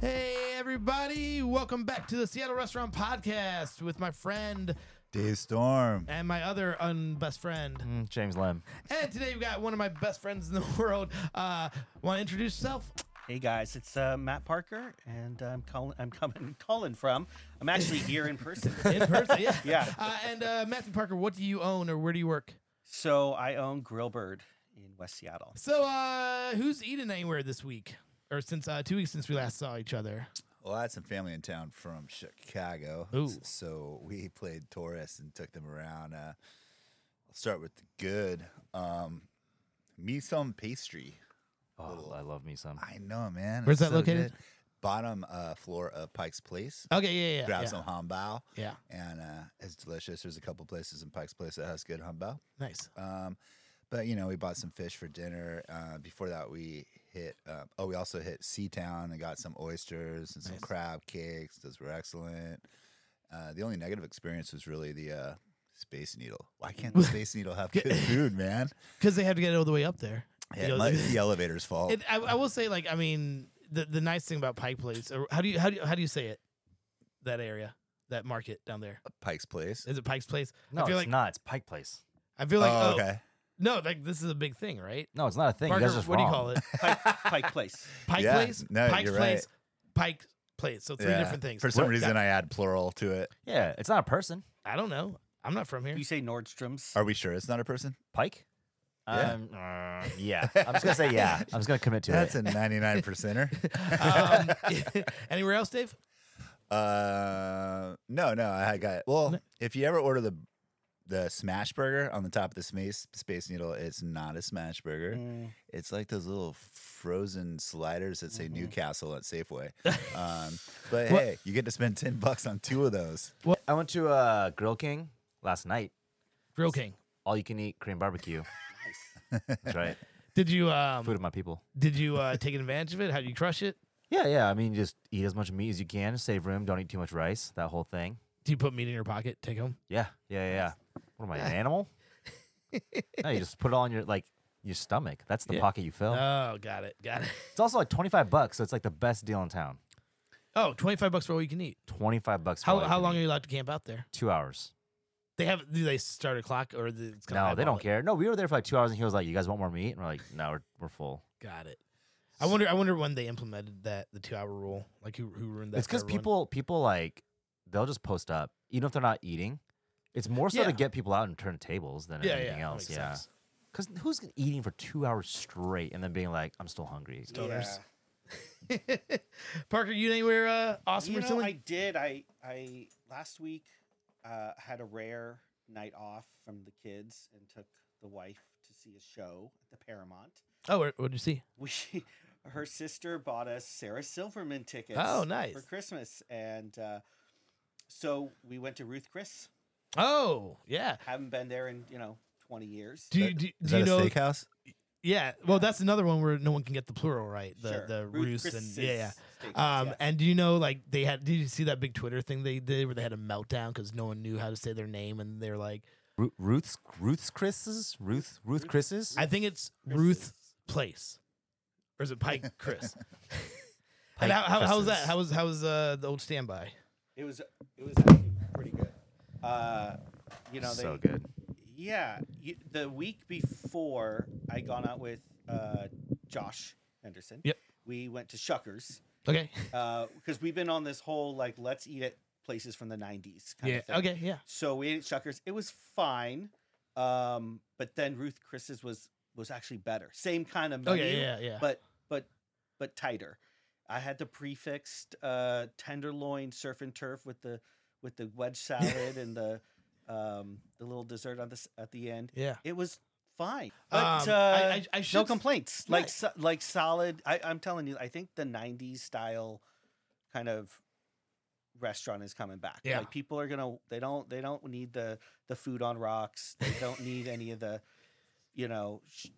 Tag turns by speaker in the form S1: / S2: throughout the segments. S1: Hey, everybody. Welcome back to the Seattle Restaurant Podcast with my friend
S2: Dave Storm.
S1: and my other unbest friend.
S3: Mm, James Lamb.
S1: And today we've got one of my best friends in the world. Uh, Want to introduce yourself?
S4: Hey guys, it's uh, Matt Parker, and I'm calling. I'm coming, calling from. I'm actually here in person.
S1: In person, yeah.
S4: Yeah.
S1: Uh, and uh, Matthew Parker, what do you own or where do you work?
S4: So I own Grillbird in West Seattle.
S1: So, uh, who's eating anywhere this week? Or since uh, two weeks since we last saw each other?
S2: Well, I had some family in town from Chicago,
S1: Ooh.
S2: so we played Taurus and took them around. Uh, I'll start with the good. Um, me some pastry.
S3: Oh, I love me some.
S2: I know, man.
S1: Where's
S2: it's
S1: that located?
S2: good. Bottom uh, floor of Pike's Place.
S1: Okay, yeah, yeah.
S2: Grab
S1: yeah.
S2: some hambao,
S1: Yeah,
S2: and uh, it's delicious. There's a couple places in Pike's Place that has good hambao.
S1: nice.
S2: Um, but you know, we bought some fish for dinner. Uh, before that, we hit. Uh, oh, we also hit Seatown and got some oysters and some
S1: Nice.
S2: crab cakes. Those were excellent. Uh, the only negative experience was really the uh, Space Needle. Why can't the Space Needle have good food, man?
S1: Because they have to get it all the way up there.
S2: Yeah,
S1: You know,
S2: it might be the elevator's fault.
S1: It, I, I will say, like, I mean, the, the nice thing about Pike Place, or how do you how do you, how do you say it? That area, that market down there,
S2: Pike's Place.
S1: is it Pike's Place?
S3: No,
S1: I feel
S3: it's
S1: like
S3: not. It's Pike Place.
S1: I feel like
S2: oh,
S1: oh,
S2: okay.
S1: no, like this is a big thing, right?
S3: No, it's not a thing.
S1: Parker,
S3: you guys are just
S1: what do
S3: wrong.
S1: you call it?
S4: Pike, Pike Place.
S1: Pike
S2: Yeah,
S1: Place,
S2: no,
S1: Pike's
S2: you're
S1: Place, Pike Place. So three
S2: Yeah.
S1: different things.
S2: For some
S1: What-
S2: reason, I add plural to it.
S3: Yeah, it's not a person.
S1: I don't know. I'm not from here.
S4: You say Nordstrom's.
S2: Are we sure it's not a person?
S3: Pike.
S2: Yeah.
S3: Um, uh, yeah. I'm just gonna say yeah. I'm just gonna commit to
S2: That's
S3: it.
S2: a 99 percenter.
S1: um, anywhere else, Dave?
S2: Uh, no, no, I got. Well,
S1: No.
S2: if you ever order the the smash burger on the top of the space space needle, it's not a smash burger.
S4: Mm,
S2: It's like those little frozen sliders that say Newcastle at Safeway. um, but
S1: Mm-hmm. What-
S2: hey, you get to spend ten bucks on two of those.
S3: I went to uh, Grill King last night.
S1: Grill King.
S3: All you can eat Korean barbecue. That's right.
S1: Did you
S3: Food
S1: um,
S3: of my people.
S1: did you uh, take advantage of it? How did you crush it?
S3: Yeah, yeah. I mean, just eat as much meat as you can. Save room. Don't eat too much rice. That whole thing.
S1: Do you put meat in your pocket? Take home?
S3: Yeah, yeah, yeah. What am I, an animal? no, you just put it all in your like your stomach. That's the
S1: Yeah.
S3: pocket you fill.
S1: Oh, got it, got it.
S3: It's also like twenty five bucks, so it's like the best deal in town.
S1: Oh, 25 bucks for all you can eat.
S3: Twenty five bucks. for
S1: How
S3: all you
S1: how
S3: can
S1: long
S3: eat.
S1: are you allowed to camp out there?
S3: Two hours.
S1: They have do they start a clock or the, it's kinda
S3: No, they
S1: eyeball
S3: don't
S1: it?
S3: care. No, we were there for like two hours, and he was like, "You guys want more meat?" And we're like, "No, we're, we're full."
S1: Got it. I wonder I wonder when they implemented that the two hour rule. Like who who ruined that?
S3: it's
S1: for
S3: because
S1: everyone?
S3: people people like they'll just post up, even if they're not eating. It's more so
S1: Yeah.
S3: to get people out and turn tables than
S1: yeah,
S3: anything
S1: yeah,
S3: else.
S1: That makes
S3: Yeah,
S1: sense.
S3: because who's eating for two hours straight and then being like, "I'm still hungry."
S1: Stoners. Parker, you anywhere uh, awesome
S4: You know,
S1: recently?
S4: I did. I I last week uh, had a rare night off from the kids and took the wife to see a show at the Paramount.
S1: oh, what did you see?
S4: we her sister bought us Sarah Silverman tickets.
S1: Oh, nice.
S4: for Christmas, and uh, so we went to Ruth Chris.
S1: Oh, yeah.
S4: Haven't been there in you know twenty years.
S1: Do you
S2: That-
S1: do,
S2: Is
S1: do you
S2: that
S1: know?
S2: a steakhouse?
S1: Yeah. Well, that's another one where no one can get the plural right. The
S4: Sure.
S1: the
S4: Ruth
S1: roost
S4: Chris
S1: and yeah, yeah.
S4: Steakhouse,
S1: Um,
S4: yeah.
S1: and do you know, like they had? Did you see that big Twitter thing they did where they had a meltdown because no one knew how to say their name, and they're like,
S3: Ru- Ruth's Ruth's Chris's Ruth Ruth Chris's
S1: "I think it's Ruth Place, or is it Pike Chris?" and how,
S3: Pike
S1: how, how was that?
S3: Chris's.
S1: How was how was uh, the old standby?
S4: it was it was actually pretty good. Uh, you know, they,
S3: so good.
S4: Yeah, you, the week before I gone out with uh, Josh Henderson.
S1: Yep.
S4: We went to Shuckers.
S1: Okay.
S4: because we've been on this whole like let's eat at places from the 90s kind
S1: Yeah.
S4: of thing.
S1: Okay. Yeah.
S4: So we ate at Shuckers. It was fine, um, but then Ruth Chris's was was actually better. Same kind of menu,
S1: Okay. Oh, Yeah. Yeah.
S4: but but but tighter. I had the prefixed uh, tenderloin surf and turf with the with the wedge salad and the um, the little dessert on this at the end.
S1: yeah.
S4: It was fine,
S1: Um,
S4: but
S1: I-
S4: uh,
S1: I- I
S4: no
S1: should-
S4: complaints. Like
S1: Nice.
S4: so, like solid. I, I'm telling you, I think the '90s style kind of restaurant is coming back.
S1: Yeah.
S4: Like people are gonna they don't they don't need the the food on rocks. They don't need any of the you know sh-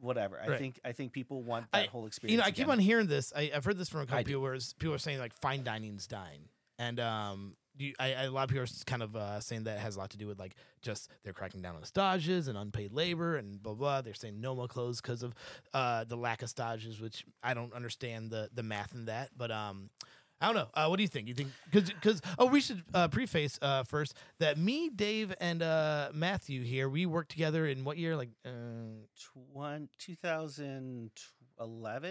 S4: whatever. I
S1: Right.
S4: think I think people want
S1: I-
S4: that whole experience.
S1: You know, I keep
S4: again.
S1: on hearing this. I, I've heard this from a couple
S3: I do.
S1: people where it's- people are saying like, "Fine dining's dying," and um, do you, I, I- a lot of people are s- kind of uh, saying that has a lot to do with like just they're cracking down on stages and unpaid labor and blah blah. They're saying Noma closed because of uh, the lack of stages, which I don't understand the the math in that. But um, I don't know. Uh, what do you think? You think because because oh, we should uh, preface uh, first that me, Dave, and uh, Matthew here we worked together in what year? Like uh,
S4: Twen- 2011.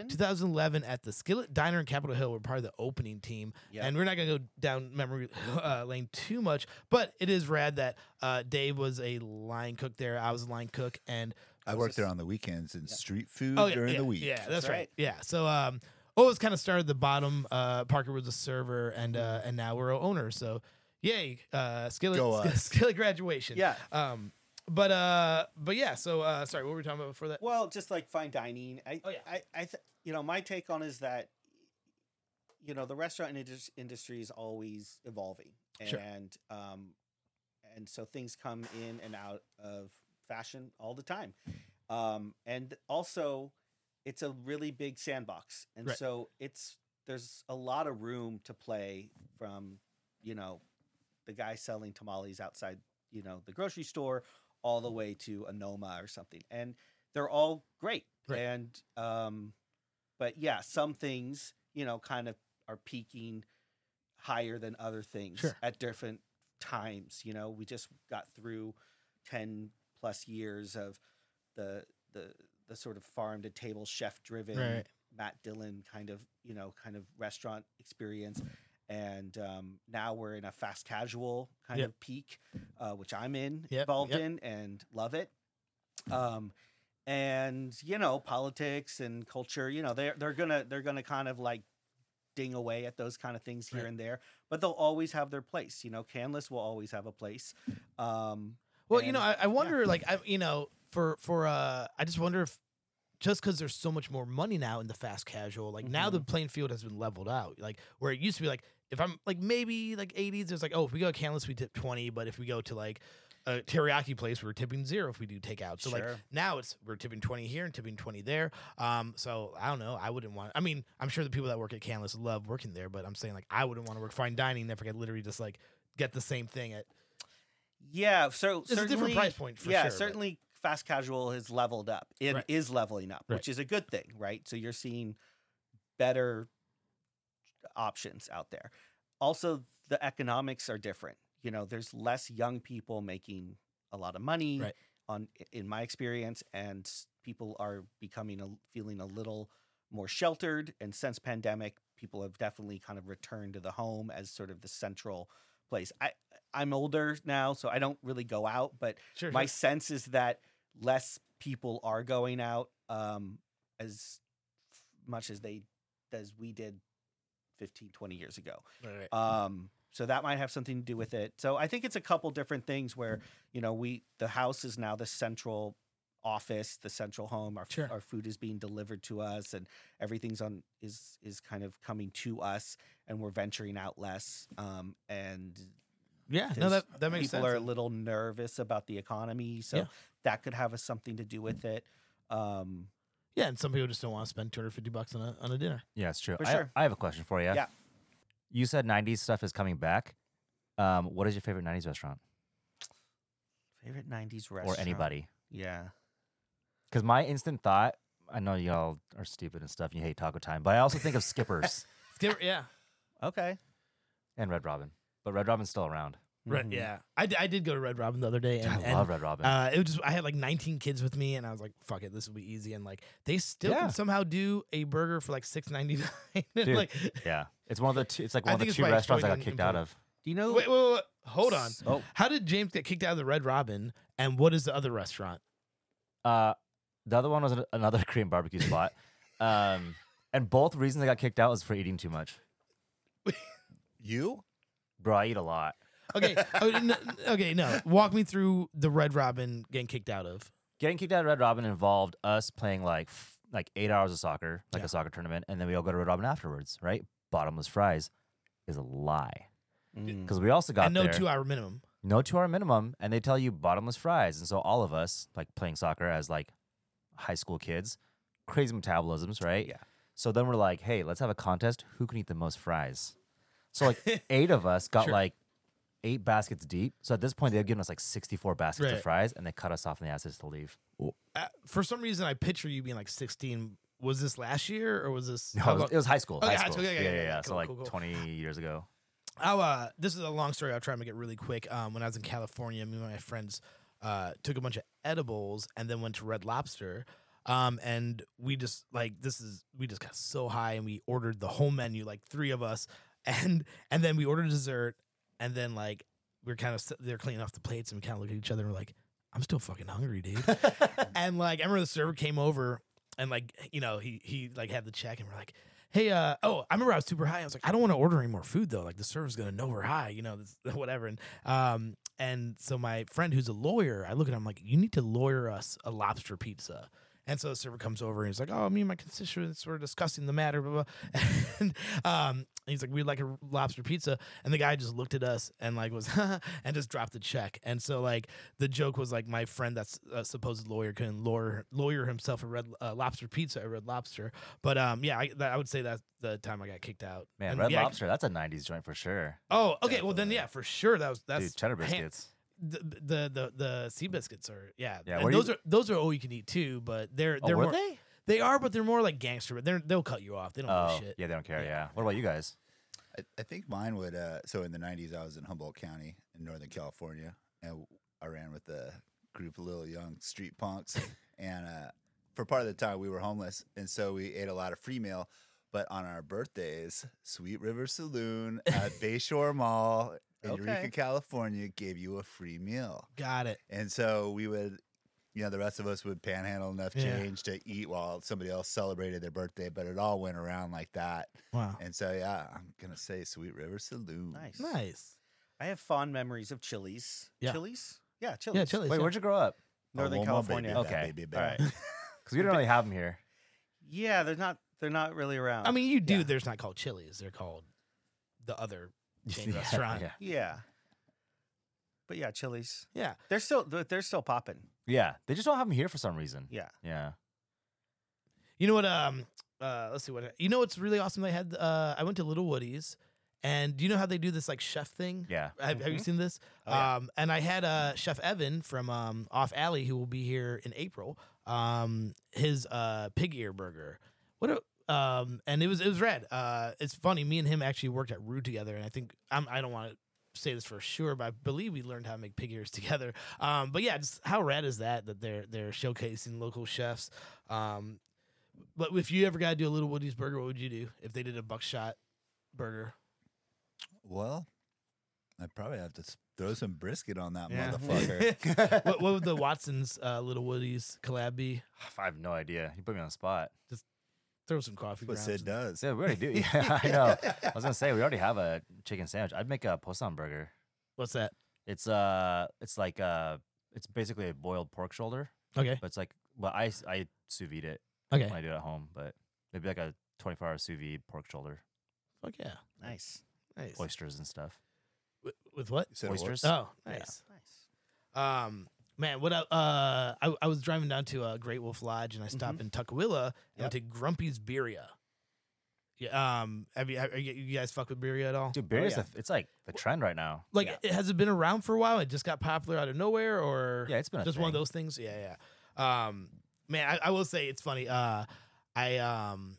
S1: 2011 at the Skillet Diner in Capitol Hill. We're part of the opening team.
S4: Yeah.
S1: And we're not gonna go down memory uh, lane too much, but it is rad that uh, Dave was a line cook there. I was a line cook, and oh,
S2: I
S4: was
S2: worked
S4: just-
S2: there on the weekends and
S4: Yeah.
S2: street food
S1: yeah,
S2: during
S1: yeah,
S2: the week.
S1: Yeah, that's,
S4: That's
S1: right.
S4: right.
S1: Yeah. So um, always kind of started at the bottom. Uh, Parker was a server, and uh, and now we're a owner. So yay, uh, skillet,
S2: Go
S1: sk-
S2: us.
S1: skillet graduation.
S4: yeah.
S1: Um, but uh, but yeah. So uh, sorry, what were we talking about before that?
S4: Well, just like fine dining. I,
S1: Oh, yeah.
S4: I, I th- you know, my take on is that, you know, the restaurant indus- industry is always evolving, and
S1: Sure.
S4: um, and so things come in and out of fashion all the time, um, and also, it's a really big sandbox, and
S1: Right.
S4: so it's there's a lot of room to play from, you know, the guy selling tamales outside, you know, the grocery store, all the way to a Noma or something, and they're all great.
S1: Right.
S4: And um, but yeah, some things you know kind of are peaking higher than other things
S1: Sure.
S4: at different times. You know, we just got through ten plus years of the the the sort of farm to table chef driven
S1: Right.
S4: Matt Dillon kind of you know kind of restaurant experience. And um, now we're in a fast casual kind
S1: Yep.
S4: of peak, uh, which I'm in
S1: Yep,
S4: involved
S1: yep.
S4: in and love it. Um, and you know politics and culture you know they're they're gonna they're gonna kind of like ding away at those kind of things here
S1: Right.
S4: and there but they'll always have their place you know canlis will always have a place um
S1: Well, you know, I,
S4: and-
S1: I wonder, like, I you know, for for uh, I just wonder if just because there's so much more money now in the fast casual, like now the
S4: Mm-hmm.
S1: playing field has been leveled out, like where it used to be, like if I'm like maybe like 80s, it's like oh, if we go to Canlis, we tip 20, but if we go to like a teriyaki place, we're tipping zero if we do takeout. So like
S4: Sure.
S1: now it's we're tipping 20 here and tipping 20 there. Um, so I don't know, I wouldn't want. I mean, I'm sure the people that work at Canlis love working there, but I'm saying like I wouldn't want to work fine dining if I could literally just like get the same thing at
S4: yeah so
S1: It's a different
S4: certainly-
S1: price point for
S4: yeah
S1: sure, but-
S4: certainly fast casual has leveled up it
S1: Right.
S4: is leveling up
S1: Right.
S4: which is a good thing right so you're seeing better options out there also the economics are different you know there's less young people making a lot of money
S1: Right.
S4: on in my experience and s- people are becoming a, feeling a little more sheltered and since pandemic people have definitely kind of returned to the home as sort of the central place i i'm older now so i don't really go out but
S1: sure
S4: my sense is that less people are going out um, as much as they as we did 15 20 years ago
S1: Right, right.
S3: uh,
S4: um, so that might have something to do with it so i think it's a couple different things where
S1: Mm-hmm.
S4: you know we the house is now the central office the central home our, f-
S1: Sure.
S4: our food is being delivered to us and everything's on is is kind of coming to us and we're venturing out less um, and
S1: Yeah, no,
S4: because
S1: that that makes
S4: people
S1: sense.
S4: are a little nervous about the economy, so
S1: Yeah.
S4: that could have a, something to do with it. Um,
S1: yeah, and some people just don't want to spend 250 bucks on a on a dinner.
S3: Yeah, it's true.
S4: For
S3: I,
S4: sure.
S3: I have a question for you.
S4: Yeah.
S3: You said 90s stuff is coming back. Um, what is your favorite 90s restaurant,
S4: favorite '90s restaurant
S3: or anybody?
S4: Yeah,
S3: Because my instant thought, I know y'all are stupid and stuff, and you hate taco time, but I also think of Skippers
S1: Give- yeah,
S4: okay,
S3: and Red Robin. But Red Robin's still around.
S1: right.
S4: Mhm.
S1: Yeah, I, d- I did go to Red Robin the other day, and,
S3: Hmm. I
S1: and,
S3: love Red Robin.
S1: uh, it was just, I had like 19 kids with me, and I was like, "Fuck it, this will be easy." And like, they still
S3: Yeah.
S1: can somehow do a burger for like 6.99. and
S3: Dude,
S1: like,
S3: yeah, it's one of the two. It's like
S1: I
S3: one of
S1: think
S3: the
S1: it's
S3: two
S1: by
S3: restaurants I got
S1: exploiting
S3: kicked out
S1: employee-
S3: of.
S4: Do you know?
S1: wait, wait, wait, wait, hold on.
S4: Oh,
S1: How did James get kicked out of the Red Robin, and what is the other restaurant?
S3: Uh, the other one was an- another Korean barbecue spot, um, and both reasons I got kicked out was for eating too much.
S2: You?
S3: Bro, I eat a lot.
S1: Okay, oh, n- okay, no, walk me through the Red Robin getting kicked out of.
S3: Getting kicked out of Red Robin involved us playing like f- like eight hours of soccer, like
S1: Yeah.
S3: a soccer tournament, and then we all go to Red Robin afterwards, right? Bottomless fries is a lie
S4: mm.
S3: because we also got
S1: and no
S3: there-
S1: two hour minimum.
S3: no two hour minimum, and they tell you bottomless fries, and so all of us like playing soccer as like high school kids, crazy metabolisms, right?
S4: Yeah.
S3: So then we're like, hey, let's have a contest. Who can eat the most fries? So like eight of us got
S1: Sure.
S3: like eight baskets deep. So at this point, they've given us like 64 baskets
S1: Right.
S3: of fries, and they cut us off in the asses to leave.
S1: Uh, for some reason, I picture you being like 16. Was this last year or was this?
S3: No,
S1: how
S3: it was,
S1: long-
S3: it was high school.
S1: Okay,
S3: high
S1: high
S3: school.
S1: school, yeah, yeah,
S3: yeah,
S1: yeah, yeah,
S3: So
S1: cool,
S3: like
S1: cool, cool.
S3: 20 years ago.
S1: I'll, uh, this is a long story. I'll try and make it really quick. Um, when I was in California, me and my friends uh, took a bunch of edibles and then went to Red Lobster. Um, and we just like this is we just got so high and we ordered the whole menu, like three of us, and and then we ordered dessert, and then like we are kind of they're cleaning off the plates and we kind of look at each other and we're like, I'm still fucking hungry, dude. and like I remember the server came over and like you know he he like had the check and we're like hey uh oh i remember i was super high i was like i don't want to order any more food though like the server's gonna know we're high you know this, whatever and um and so my friend who's a lawyer i look at him like you need to lawyer us a lobster pizza and so the server comes over and he's like, "Oh, me and my constituents were discussing the matter, blah blah." And um, he's like, "We'd like a lobster pizza," and the guy just looked at us and like was and just dropped the check. And so like the joke was like my friend that's a supposed lawyer couldn't lawyer lawyer himself a red uh, lobster pizza at Red Lobster. But um, yeah, I, that, I would say that's the time I got kicked out.
S3: Man,
S1: And
S3: Red
S1: yeah, I-
S3: Lobster, that's a 90s joint for sure.
S1: Oh, okay. Well, then
S2: Definitely.
S1: yeah, for sure that was that's
S3: Dude, cheddar
S1: hand-
S3: biscuits.
S1: the the the, the sea biscuits are yeah,
S3: Yeah,
S1: and
S3: what do
S1: those
S3: you-
S1: are those are all you can eat too, but they're
S3: Oh,
S1: they're
S3: were
S1: more,
S3: they?
S1: they are, but they're more like gangster. But they're they'll cut you off. They don't
S3: Oh,
S1: give a shit.
S3: yeah, they don't care.
S1: Yeah.
S3: Yeah. What about you guys?
S2: I, I think mine would. Uh, so in the '90s, I was in Humboldt County in Northern California, and I ran with a group of little young street punks. and uh, for part of the time, we were homeless, and so we ate a lot of free meal. But on our birthdays, Sweet River Saloon at Bayshore Mall in
S4: Okay.
S2: Eureka, California, gave you a free meal.
S1: Got it.
S2: And so we would, you know, the rest of us would panhandle enough
S1: Yeah.
S2: change to eat while somebody else celebrated their birthday, but it all went around like that.
S1: Wow.
S2: And so, yeah, I'm going to say Sweet River Saloon.
S4: Nice.
S1: Nice.
S4: I have fond memories of Chili's.
S1: Yeah.
S4: Chili's? Yeah, Chili's.
S1: Yeah, Chili's.
S3: Wait,
S1: yeah.
S3: where'd you grow up?
S4: Northern
S2: Oklahoma,
S4: California.
S2: baby,
S3: Okay.
S2: baby,
S4: All
S2: baby.
S3: Because we don't really have them here.
S4: Yeah, they're not they're not really around.
S1: I mean, you do.
S4: yeah.
S1: There's not called Chili's. They're called the other. Chain restaurant.
S3: Yeah.
S4: Yeah. But yeah, Chili's.
S1: Yeah.
S4: They're still they're they're still popping.
S3: Yeah. They just don't have them here for some reason.
S4: Yeah.
S3: Yeah.
S1: You know what? Um. Uh. Let's see what. You know what's really awesome? They had. Uh. I went to Little Woody's, and do you know how they do this like chef thing?
S3: Yeah.
S1: Have, have you
S4: Mhm.
S1: seen this?
S4: Oh, yeah.
S1: Um, and I had uh, Chef Evan from um, Off Alley, who will be here in April. Um, his uh, pig ear burger. What a um, and it was it was rad. Uh, it's funny. Me and him actually worked at Rue together, and I think I'm, I don't want to say this for sure, but I believe we learned how to make pig ears together. Um, but yeah, just how rad is that that they're they're showcasing local chefs. Um, but if you ever got to do a Little Woody's burger, what would you do if they did a buckshot burger?
S2: Well, I probably have to s- throw some brisket on that
S1: Yeah.
S2: motherfucker.
S1: what, what would the Watson's uh, Little Woody's collab be?
S3: I have no idea. You put me on the spot.
S1: Throw some coffee
S2: That's
S1: grounds.
S2: what Sid
S1: in-
S2: does.
S3: Yeah, we already do. Yeah, I know. I was gonna say we already have a chicken sandwich. I'd make a poisson burger.
S1: What's that?
S3: It's uh, it's like uh, it's basically a boiled pork shoulder,
S1: Okay.
S3: but it's like, well, I s- I sous vide it
S1: Okay.
S3: when I do it at home, but maybe like a 24 hour sous vide pork shoulder,
S1: Fuck yeah.
S4: Nice.
S1: Nice.
S3: oysters and stuff.
S1: With, with what?
S2: You said what?
S3: oysters.
S1: Oh,
S4: Yeah.
S1: nice.
S4: Nice.
S1: Um, man, what I- uh, I, I was driving down to uh, Great Wolf Lodge and I stopped in Tuckawilla and went to Grumpy's Beeria. Yeah. Um. Have you, have you you guys fuck with Beeria at all?
S3: Dude, beer is
S4: yeah.
S3: the- it's like the trend right now.
S1: Oh, like,
S4: yeah.
S1: it, has it been around for a while? It just got popular out of nowhere, or
S3: Yeah, it's been a
S1: just one of
S3: thing.
S1: those things. Yeah, yeah. Um, man, I, I will say it's funny. Uh, I um,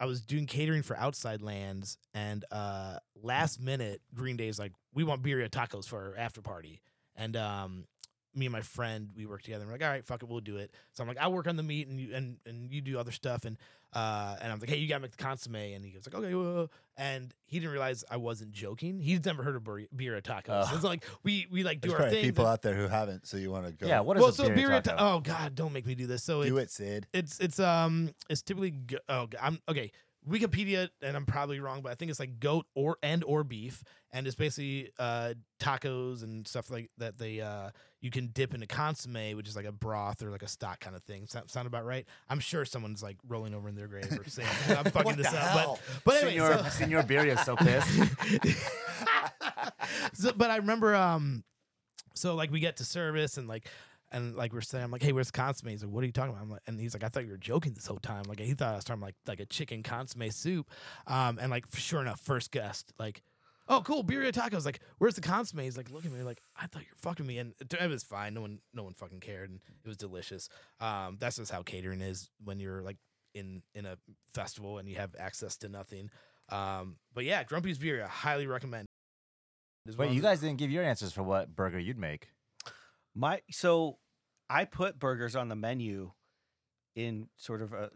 S1: I was doing catering for Outside Lands, and uh, last minute Green Day's like, we want birria tacos for our after party, and um. Me and my friend, we work together. And we're like, all right, fuck it, we'll do it. So I'm like, I'll work on the meat, and you and, and you do other stuff. And uh, and I'm like, hey, you gotta make the consomme. And he goes like, okay, well. and he didn't realize I wasn't joking. He's never heard of birria, birria tacos.
S3: Oh.
S1: It's like we we like do
S2: There's
S1: our
S2: probably
S1: thing.
S2: people out there who haven't, so you want to go
S3: Yeah, what is
S1: well,
S3: a
S1: so
S3: beer
S1: birria.
S3: taco?
S1: ta- oh God, don't make me do this. So
S2: do
S1: it's,
S2: it, Sid.
S1: it's it's um it's typically g- oh g- I'm okay. Wikipedia, and I'm probably wrong, but I think it's like goat or and or beef, and it's basically uh, tacos and stuff like that. They uh, you can dip into consomme, which is like a broth or like a stock kind of thing. Sound, sound about right? I'm sure someone's like rolling over in their grave or saying I'm fucking
S2: What
S1: this
S2: the
S1: up.
S2: hell?
S1: But but oh, anyway,
S3: Senor,
S1: so-
S3: Senor Beer is so pissed.
S1: so, but I remember, um, so like we get to service and like, and like we're saying, I'm like, hey, where's the consomme? He's like, what are you talking about? I'm like, and he's like, I thought you were joking this whole time. Like he thought I was talking like like a chicken consomme soup, um, and like sure enough, first guest like. oh, cool, birria tacos. Like, where's the consomme? He's like, look at me, like, I thought you were fucking me. And it was fine. No one, no one fucking cared. And it was delicious. Um, that's just how catering is when you're like in, in a festival and you have access to nothing. Um, but yeah, Grumpy's Beer, I highly recommend. As
S3: Wait,
S1: well
S3: you
S1: as-
S3: guys didn't give your answers for what burger you'd make.
S4: My so I put burgers on the menu in sort of a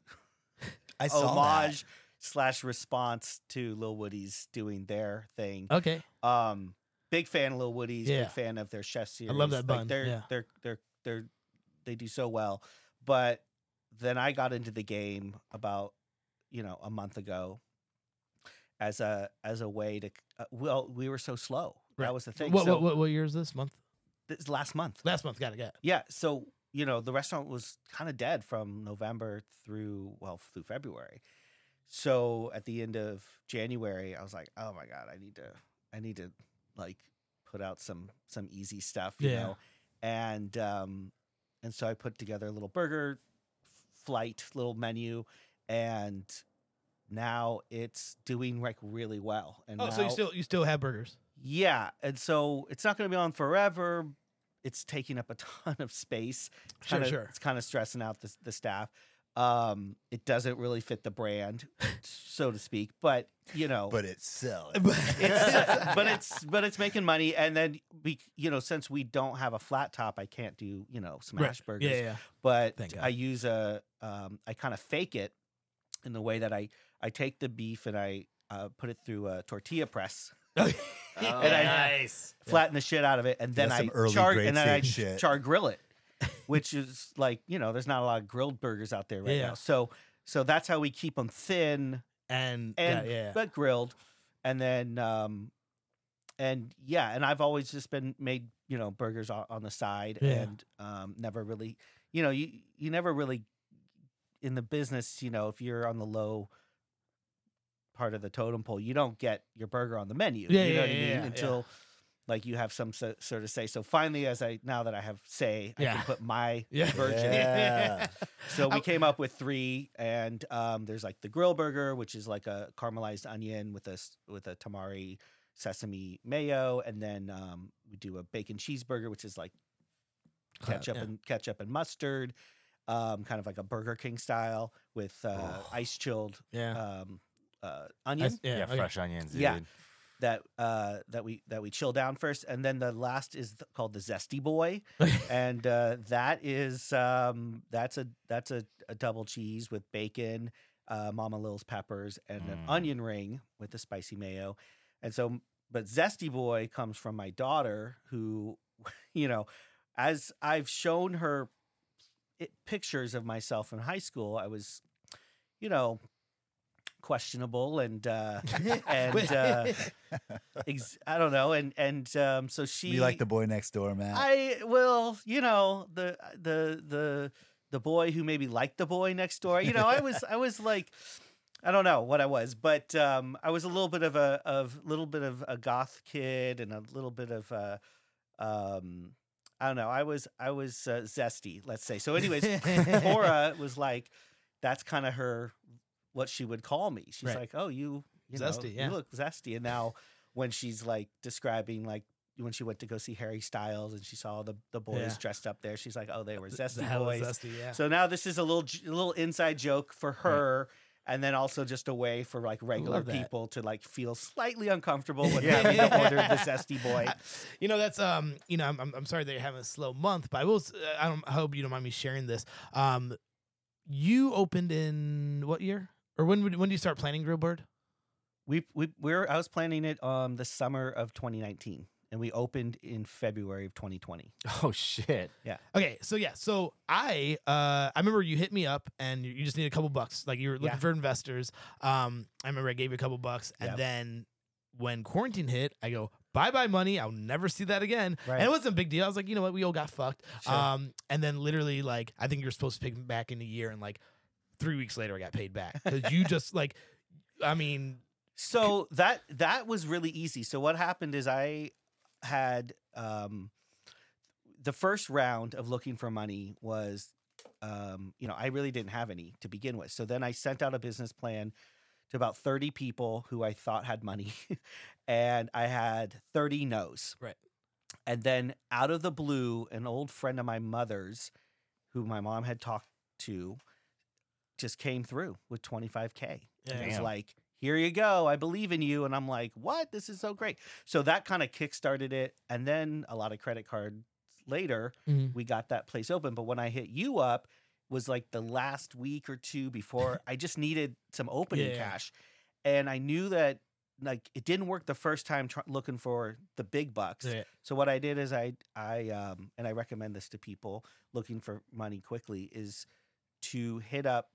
S2: I saw that.
S4: homage slash response to Lil Woody's doing their thing.
S1: Okay.
S4: Um, big fan of Lil Woody's.
S1: Uh, Yeah.
S4: Big fan of their chef series.
S1: I love that
S4: Like,
S1: bun,
S4: They're,
S1: yeah.
S4: they're they're they're they do so well. But then I got into the game about you know a month ago as a as a way to c- uh, well we were so slow.
S1: Right.
S4: That was the thing.
S1: What,
S4: so
S1: what, what, what year is this month?
S4: this last month.
S1: Last month, got it, got it.
S4: Yeah. So, you know, the restaurant was kind of dead from November through, well, through February. So at the end of January, I was like, oh my God, I need to, I need to like put out some, some easy stuff, you
S1: Yeah.
S4: know? And, um, and so I put together a little burger flight, little menu. And now it's doing like really well. And
S1: Oh, so you
S4: now-
S1: still, you still have burgers.
S4: yeah, and so it's not going to be on forever. It's taking up a ton of space. It's
S1: Sure,
S4: kinda,
S1: sure.
S4: It's kind of stressing out the, the staff. Um, it doesn't really fit the brand, so to speak. But you know,
S2: But it's selling.
S4: it's, but it's but it's making money. And then we, you know, since we don't have a flat top, I can't do you know smash burgers
S1: Yeah, yeah, yeah.
S4: but
S1: Thank God.
S4: I use a um, I kind of fake it in the way that I I take the beef and I uh, put it through a tortilla press.
S1: Oh,
S4: and I
S3: Oh, nice.
S4: flatten the shit out of it, and then
S2: That's
S4: I
S2: some early
S4: char
S2: grade
S4: and then I
S2: food shit.
S4: char grill it, which is like you know, there's not a lot of grilled burgers out there right
S1: Yeah.
S4: now. So so that's how we keep them thin
S1: And,
S4: and
S1: yeah, yeah.
S4: but grilled, and then um, and yeah, and I've always just been made you know burgers on, on the side
S1: Yeah.
S4: and um, never really you know you you never really in the business you know if you're on the low part of the totem pole you don't get your burger on the menu
S1: Yeah,
S4: you know
S1: yeah,
S4: what i
S1: yeah,
S4: mean
S1: yeah, yeah.
S4: until like you have some so, sort of say so finally as i now that i have say i
S1: Yeah.
S4: can put my
S1: yeah. Oh,
S4: virgin
S2: Yeah.
S4: so we
S1: I-
S4: came up with three, and um, there's like the grill burger, which is like a caramelized onion with a s- with a tamari sesame mayo, and then um, we do a bacon cheeseburger, which is like
S1: Cla-
S4: ketchup
S1: yeah.
S4: and ketchup and mustard, um, kind of like a Burger King style with uh,
S3: Oh.
S4: ice chilled
S1: Yeah.
S4: um, uh,
S1: I
S4: onion
S1: s- yeah,
S3: Yeah,
S1: okay.
S3: fresh onions, dude.
S4: Yeah. that uh, that we that we chill down first, and then the last is th- called the Zesty Boy, and uh, that is um, that's a that's a, a double cheese with bacon, uh, Mama Lil's peppers, and an
S3: Mm.
S4: onion ring with a spicy mayo, and so but Zesty Boy comes from my daughter, who you know, as I've shown her it, pictures of myself in high school, I was, you know. Questionable and uh, and uh, ex- I don't know, and and um, so she
S2: you like the boy next door, man.
S4: I well, you know the uh, the the the boy who maybe liked the boy next door. You know, I was I was like, I don't know what I was, but um, I was a little bit of a of little bit of a goth kid and a little bit of a, um, I don't know. I was I was uh, zesty, let's say. So, anyways, Cora was like, that's kind of her what she would call me. She's
S1: Right.
S4: like, oh, you you know,
S1: Zesty, yeah.
S4: you look zesty, and now when she's like describing like when she went to go see Harry Styles and she saw the the boys
S1: Yeah.
S4: dressed up there, she's like, "Oh, they were
S1: Th-
S4: zesty
S1: hell
S4: boys."
S1: is Zesty, yeah.
S4: So now this is a little j- a little inside joke for her, and then also just a way for like regular
S1: that.
S4: people to like feel slightly uncomfortable when
S1: Yeah.
S4: having to order the zesty boy.
S1: I- you know that's um you know I'm, I'm, I'm sorry that you're having a slow month but i will s- uh, i don't I hope you don't mind me sharing this um you opened in what year or when would, when do you start planning grill bird
S4: We we we're I was planning it um the summer of 2019, and we opened in February of 2020.
S3: Oh shit.
S1: okay so yeah so i uh i remember you hit me up and you- you just need a couple bucks like you were looking
S4: Yeah.
S1: for investors um i remember i gave you a couple bucks and
S4: Yep.
S1: then when quarantine hit i go Bye bye money. I'll never see that again.
S4: Right.
S1: And it wasn't a big deal. I was like, you know what? We all got fucked.
S4: Sure.
S1: Um, and then literally, like, I think you're supposed to pick me back in a year, and like three weeks later, I got paid back because you just like, I mean,
S4: So that that was really easy. So what happened is I had um, the first round of looking for money was, um, you know, I really didn't have any to begin with. So then I sent out a business plan to about 30 people who I thought had money, and I had 30 no's.
S1: Right.
S4: And then out of the blue, an old friend of my mother's, who my mom had talked to, just came through with 25K. And was
S3: Damn.
S4: like, here you go. I believe in you. And I'm like, what? This is so great. So that kind of kickstarted it. And then a lot of credit cards later,
S1: Mhm.
S4: we got that place open. But when I hit you up, was like the last week or two before I just needed some opening
S1: Yeah.
S4: cash. And I knew that like it didn't work the first time tr- looking for the big bucks.
S1: Yeah.
S4: So what I did is I I um and I recommend this to people looking for money quickly is to hit up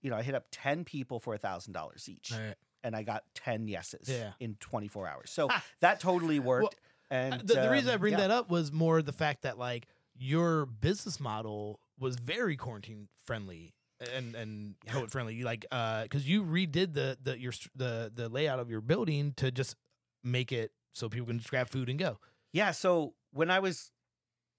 S4: you know, I hit up 10 people for $1,000 each
S1: All right.
S4: and I got 10 yeses
S1: Yeah.
S4: in 24 hours. So
S1: Ah.
S4: that totally worked.
S1: Well, uh,
S4: and
S1: the, the reason I
S4: um,
S1: bring
S4: yeah.
S1: that up was more the fact that like your business model was very quarantine friendly and and
S4: Yeah.
S1: COVID friendly. You like uh because you redid the the your str- the the layout of your building to just make it so people can just grab food and go.
S4: Yeah. So when I was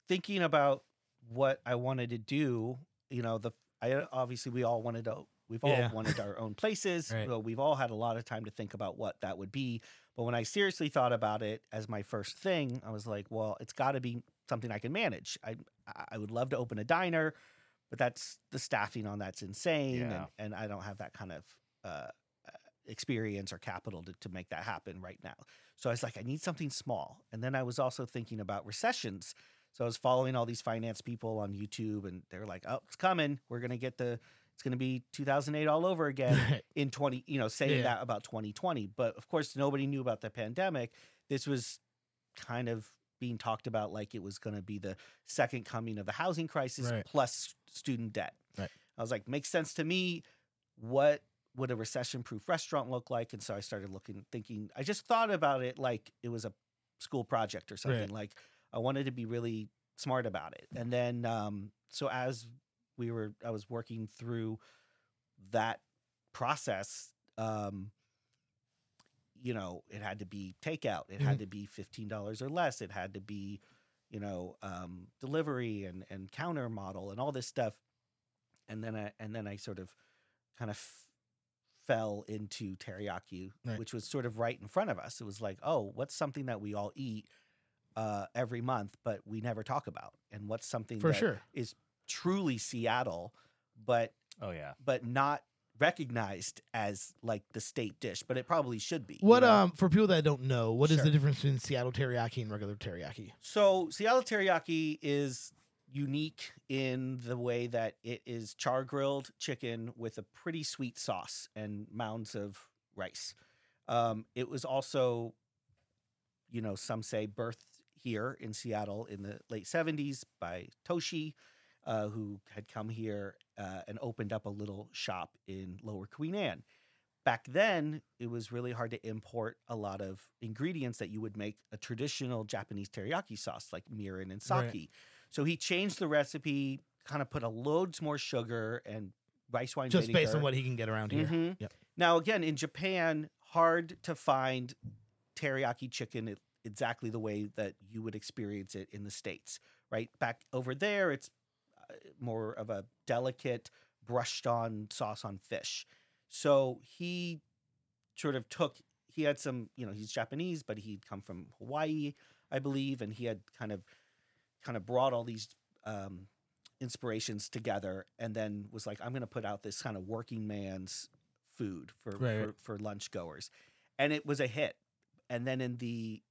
S4: thinking about what I wanted to do, you know, the I uh, obviously we all wanted to we've all
S1: Yeah.
S4: wanted our own places.
S1: Right.
S4: So we've all had a lot of time to think about what that would be. But when I seriously thought about it as my first thing, I was like, well, it's got to be something I can manage. I I- I would love to open a diner, but that's the staffing on that's insane,
S3: Yeah.
S4: and, and I don't have that kind of uh, experience or capital to, to make that happen right now. So I was like, I need something small. And then I was also thinking about recessions. So I was following all these finance people on YouTube, and they're like, "Oh, it's coming. We're gonna get the. It's gonna be 2008 all over again." in 20 you know saying
S1: Yeah.
S4: that about 2020 but of course nobody knew about the pandemic this was kind of being talked about like it was going to be the second coming of the housing crisis
S1: Right.
S4: plus student debt
S1: Right.
S4: i was like makes sense to me what would a recession proof restaurant look like and so i started looking thinking i just thought about it like it was a school project or something
S1: Right.
S4: like i wanted to be really smart about it and then um so as we were i was working through that process um you know it had to be takeout it
S1: Mm-hmm.
S4: had to be $15 or less it had to be you know um delivery and and counter model and all this stuff and then i and then i sort of kind of f- fell into teriyaki
S1: Right.
S4: which was sort of right in front of us it was like oh what's something that we all eat uh every month but we never talk about and what's something
S1: For
S4: that
S1: sure.
S4: truly seattle but
S3: Oh yeah.
S4: but not recognized as like the state dish, but it probably should be. you
S1: What
S4: know?
S1: um for people that don't know, what is
S4: Sure.
S1: the difference between Seattle teriyaki and regular teriyaki?
S4: So Seattle teriyaki is unique in the way that it is char grilled chicken with a pretty sweet sauce and mounds of rice. Um, it was also, you know, some say birthed here in Seattle in the late 70s by Toshi, uh, who had come here uh, and opened up a little shop in Lower Queen Anne. back then it was really hard to import a lot of ingredients that you would make a traditional Japanese teriyaki sauce like mirin and sake.
S1: Right.
S4: So he changed the recipe, kind of put a loads more sugar and rice wine
S1: Just based
S4: vinegar.
S1: on what he can get around here.
S4: Mhm.
S1: Yep.
S4: Now again, in Japan, hard to find teriyaki chicken it- exactly the way that you would experience it in the states. Right back over there, it's uh, more of a delicate, brushed-on sauce on fish. So he sort of took. He had some, you know, he's Japanese, but he'd come from Hawaii, I believe, and he had kind of, kind of brought all these um, inspirations together and then was like, I'm going to put out this kind of working man's food for,
S1: Right.
S4: for, for lunch goers. And it was a hit. And then in the,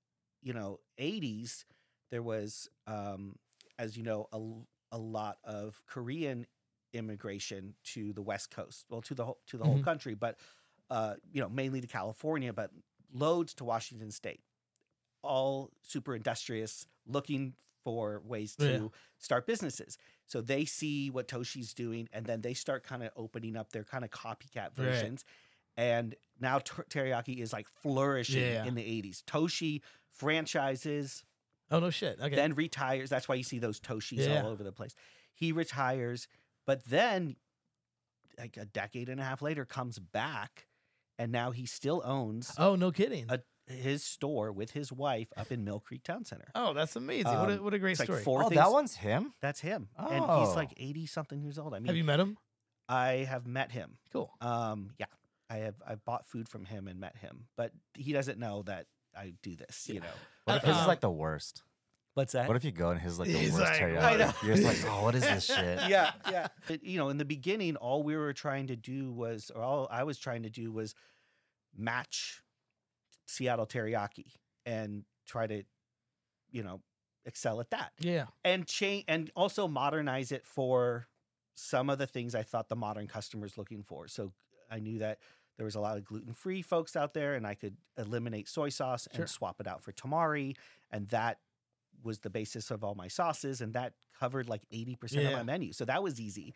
S4: you know, 80s, there was, um, as you know, a, l- a lot of Korean immigration to the West Coast, well, to the, whole to the whole
S1: Mhm.
S4: country, but, uh, you know, mainly to California, but loads to Washington State. All super industrious, looking for ways to
S1: Yeah.
S4: start businesses. So they see what Toshi's doing, and then they start kind of opening up their kind of copycat
S1: Right.
S4: versions. And now ter- teriyaki is like flourishing
S1: Yeah.
S4: in the '80s. Toshi franchises,
S1: Oh no shit. Okay.
S4: then retires. That's why you see those Toshis
S1: Yeah.
S4: all over the place. He retires, but then, like a decade and a half later, comes back, and now he still owns
S1: oh no kidding.
S4: a- his store with his wife up in Mill Creek Town Center.
S1: oh, that's amazing. what a
S4: um,
S1: what a great
S4: it's like
S1: story.
S4: four
S3: oh,
S4: things.
S3: that one's him.
S4: That's him, and he's
S3: Oh.
S4: like eighty something years Uh, old. I mean,
S1: Have you met him?
S4: I have met him.
S1: Cool.
S4: Um, yeah, I have I've bought food from him and met him, but he doesn't know that I do this. You know
S3: What if his is
S1: Um,
S3: like the worst?
S4: what's that?
S3: What if you go and his is, like the
S1: He's
S3: worst
S1: like,
S4: I know.
S3: teriyaki? You're just like, oh, what is this shit?
S4: yeah, yeah. But, you know, in the beginning, all we were trying to do was, or all I was trying to do was match Seattle teriyaki and try to, you know, excel at that
S1: Yeah.
S4: and change and also modernize it for some of the things I thought the modern customer's looking for. So I knew that there was a lot of gluten-free folks out there and I could eliminate soy sauce
S1: Sure.
S4: and swap it out for tamari and that was the basis of all my sauces and that covered like 80% of
S1: Yeah.
S4: my menu. So that was easy.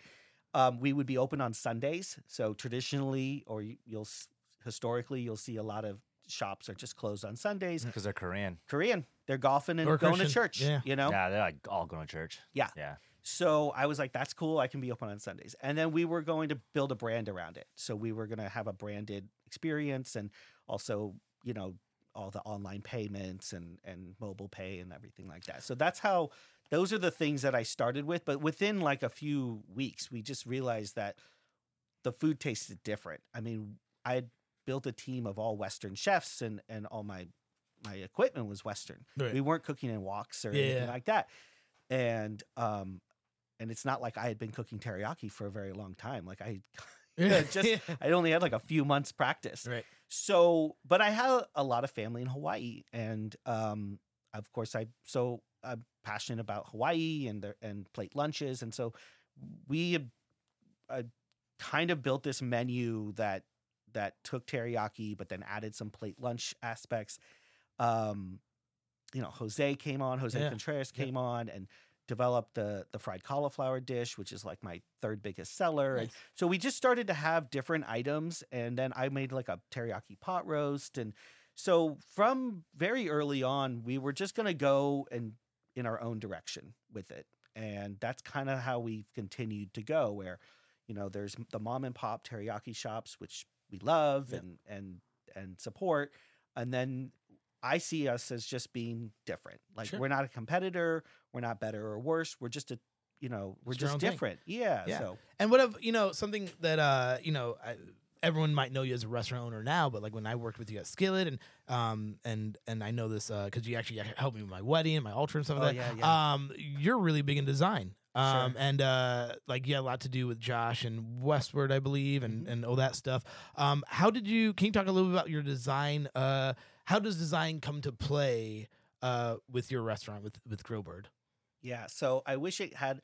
S4: Um, we would be open on Sundays. So traditionally or you- you'll s- historically you'll see a lot of shops are just closed on Sundays.
S3: Because they're Korean.
S4: Korean, they're golfing and
S1: Mm. Or
S4: going to
S1: Christian,
S4: church,
S1: yeah.
S4: you know?
S3: Yeah, they're like all going to church.
S4: Yeah.
S3: Yeah.
S4: So I was like, that's cool. I can be open on Sundays. And then we were going to build a brand around it. So we were going to have a branded experience and also, you know, all the online payments and, and mobile pay and everything like that. So that's how those are the things that I started with. But within like a few weeks, we just realized that the food tasted different. I mean, I had built a team of all Western chefs and, and all my, my equipment was Western.
S1: Right.
S4: We weren't cooking in woks or anything
S1: Yeah.
S4: like that. And um and it's not like I had been cooking teriyaki for a very long time. Like I
S1: yeah.
S4: uh, just- I only had like a few months practice.
S1: Right.
S4: So, but I had a lot of family in Hawaii and um of course I so I'm passionate about Hawaii and the, and plate lunches and so we uh, kind of built this menu that that took teriyaki but then added some plate lunch aspects. Um you know, Jose came on, Jose
S1: Yeah.
S4: Contreras
S1: Yeah.
S4: came on and developed the the fried cauliflower dish, which is like my third biggest seller. And
S1: Nice.
S4: so we just started to have different items, and then I made like a teriyaki pot roast, and so from very early on, we were just gonna go and in our own direction with it, and that's kind of how we've continued to go. Where, you know, there's the mom and pop teriyaki shops, which we love
S1: Yeah.
S4: and and and support, and then I see us as just being different. Like
S1: Sure.
S4: we're not a competitor, we're not better or worse. We're just a you know, we're
S1: Just our
S4: just
S1: own thing.
S4: different. Yeah,
S1: Yeah.
S4: So
S1: And what if you know something that uh you know I, everyone might know you as a restaurant owner now, but like when I worked with you at Skillet and um and and I know this because you actually helped me with my wedding and my altar and stuff
S4: Oh,
S1: like
S4: yeah,
S1: that.
S4: yeah.
S1: Um, you're really big in design. Um, and uh, like you had a lot to do with Josh and Westward, I believe, and and all that stuff. Um, how did you? Can you talk a little bit about your design? Uh, how does design come to play? Uh, with your restaurant with with Grillbird,
S4: yeah. So I wish it had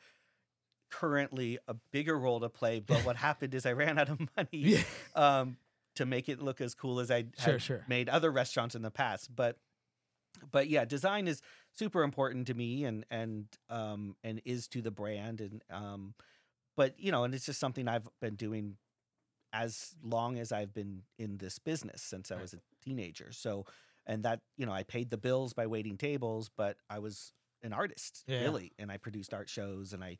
S4: currently a bigger role to play, but what happened is I ran out of money um to make it look as cool as I
S1: sure,
S4: had
S1: sure,
S4: made other restaurants in the past. But but yeah, design is super important to me and and um and is to the brand and um but you know, and it's just something I've been doing as long as I've been in this business since I
S1: Right.
S4: was a teenager. So and that, you know, I paid the bills by waiting tables, but I was an artist,
S1: Yeah.
S4: really. And I produced art shows and I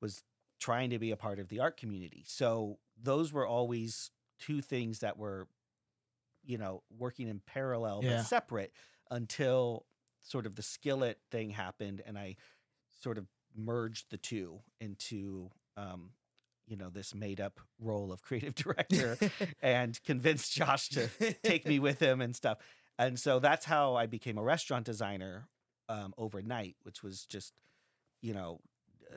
S4: was trying to be a part of the art community. So those were always two things that were, you know, working in parallel
S1: Yeah.
S4: but separate until sort of the skillet thing happened and I sort of merged the two into um, you know, this made up role of creative director and convinced Josh to take me with him and stuff. And so that's how I became a restaurant designer um, overnight, which was just, you know, uh,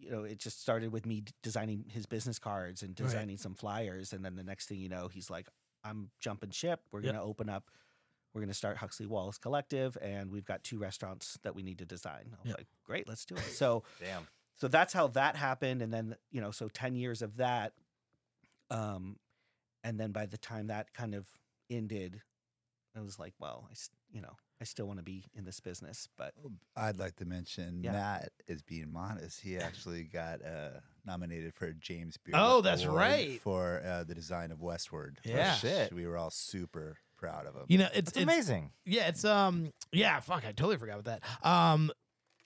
S4: you know, it just started with me d- designing his business cards and
S1: Right.
S4: designing some flyers, and then the next thing you know, he's like, "I'm jumping ship. We're
S1: Yep.
S4: going to open up. We're going to start Huxley Wallace Collective, and we've got two restaurants that we need to design." I was
S1: Yep.
S4: like, "Great, let's do it." So
S3: Damn.
S4: so that's how that happened and then you know so 10 years of that um and then by the time that kind of ended i was like well i s- you know i still want to be in this business but
S2: I'd like to mention
S4: Yeah.
S2: Matt is being modest. He actually got uh, nominated for a James Beard.
S1: Oh, that's
S2: Award
S1: right.
S2: for uh, the design of Westward. Oh,
S1: Yeah.
S3: shit.
S2: we were all super proud of him.
S1: you know it's
S3: It's
S1: it's-
S3: amazing.
S1: Yeah, it's um yeah, fuck, I totally forgot about that. Um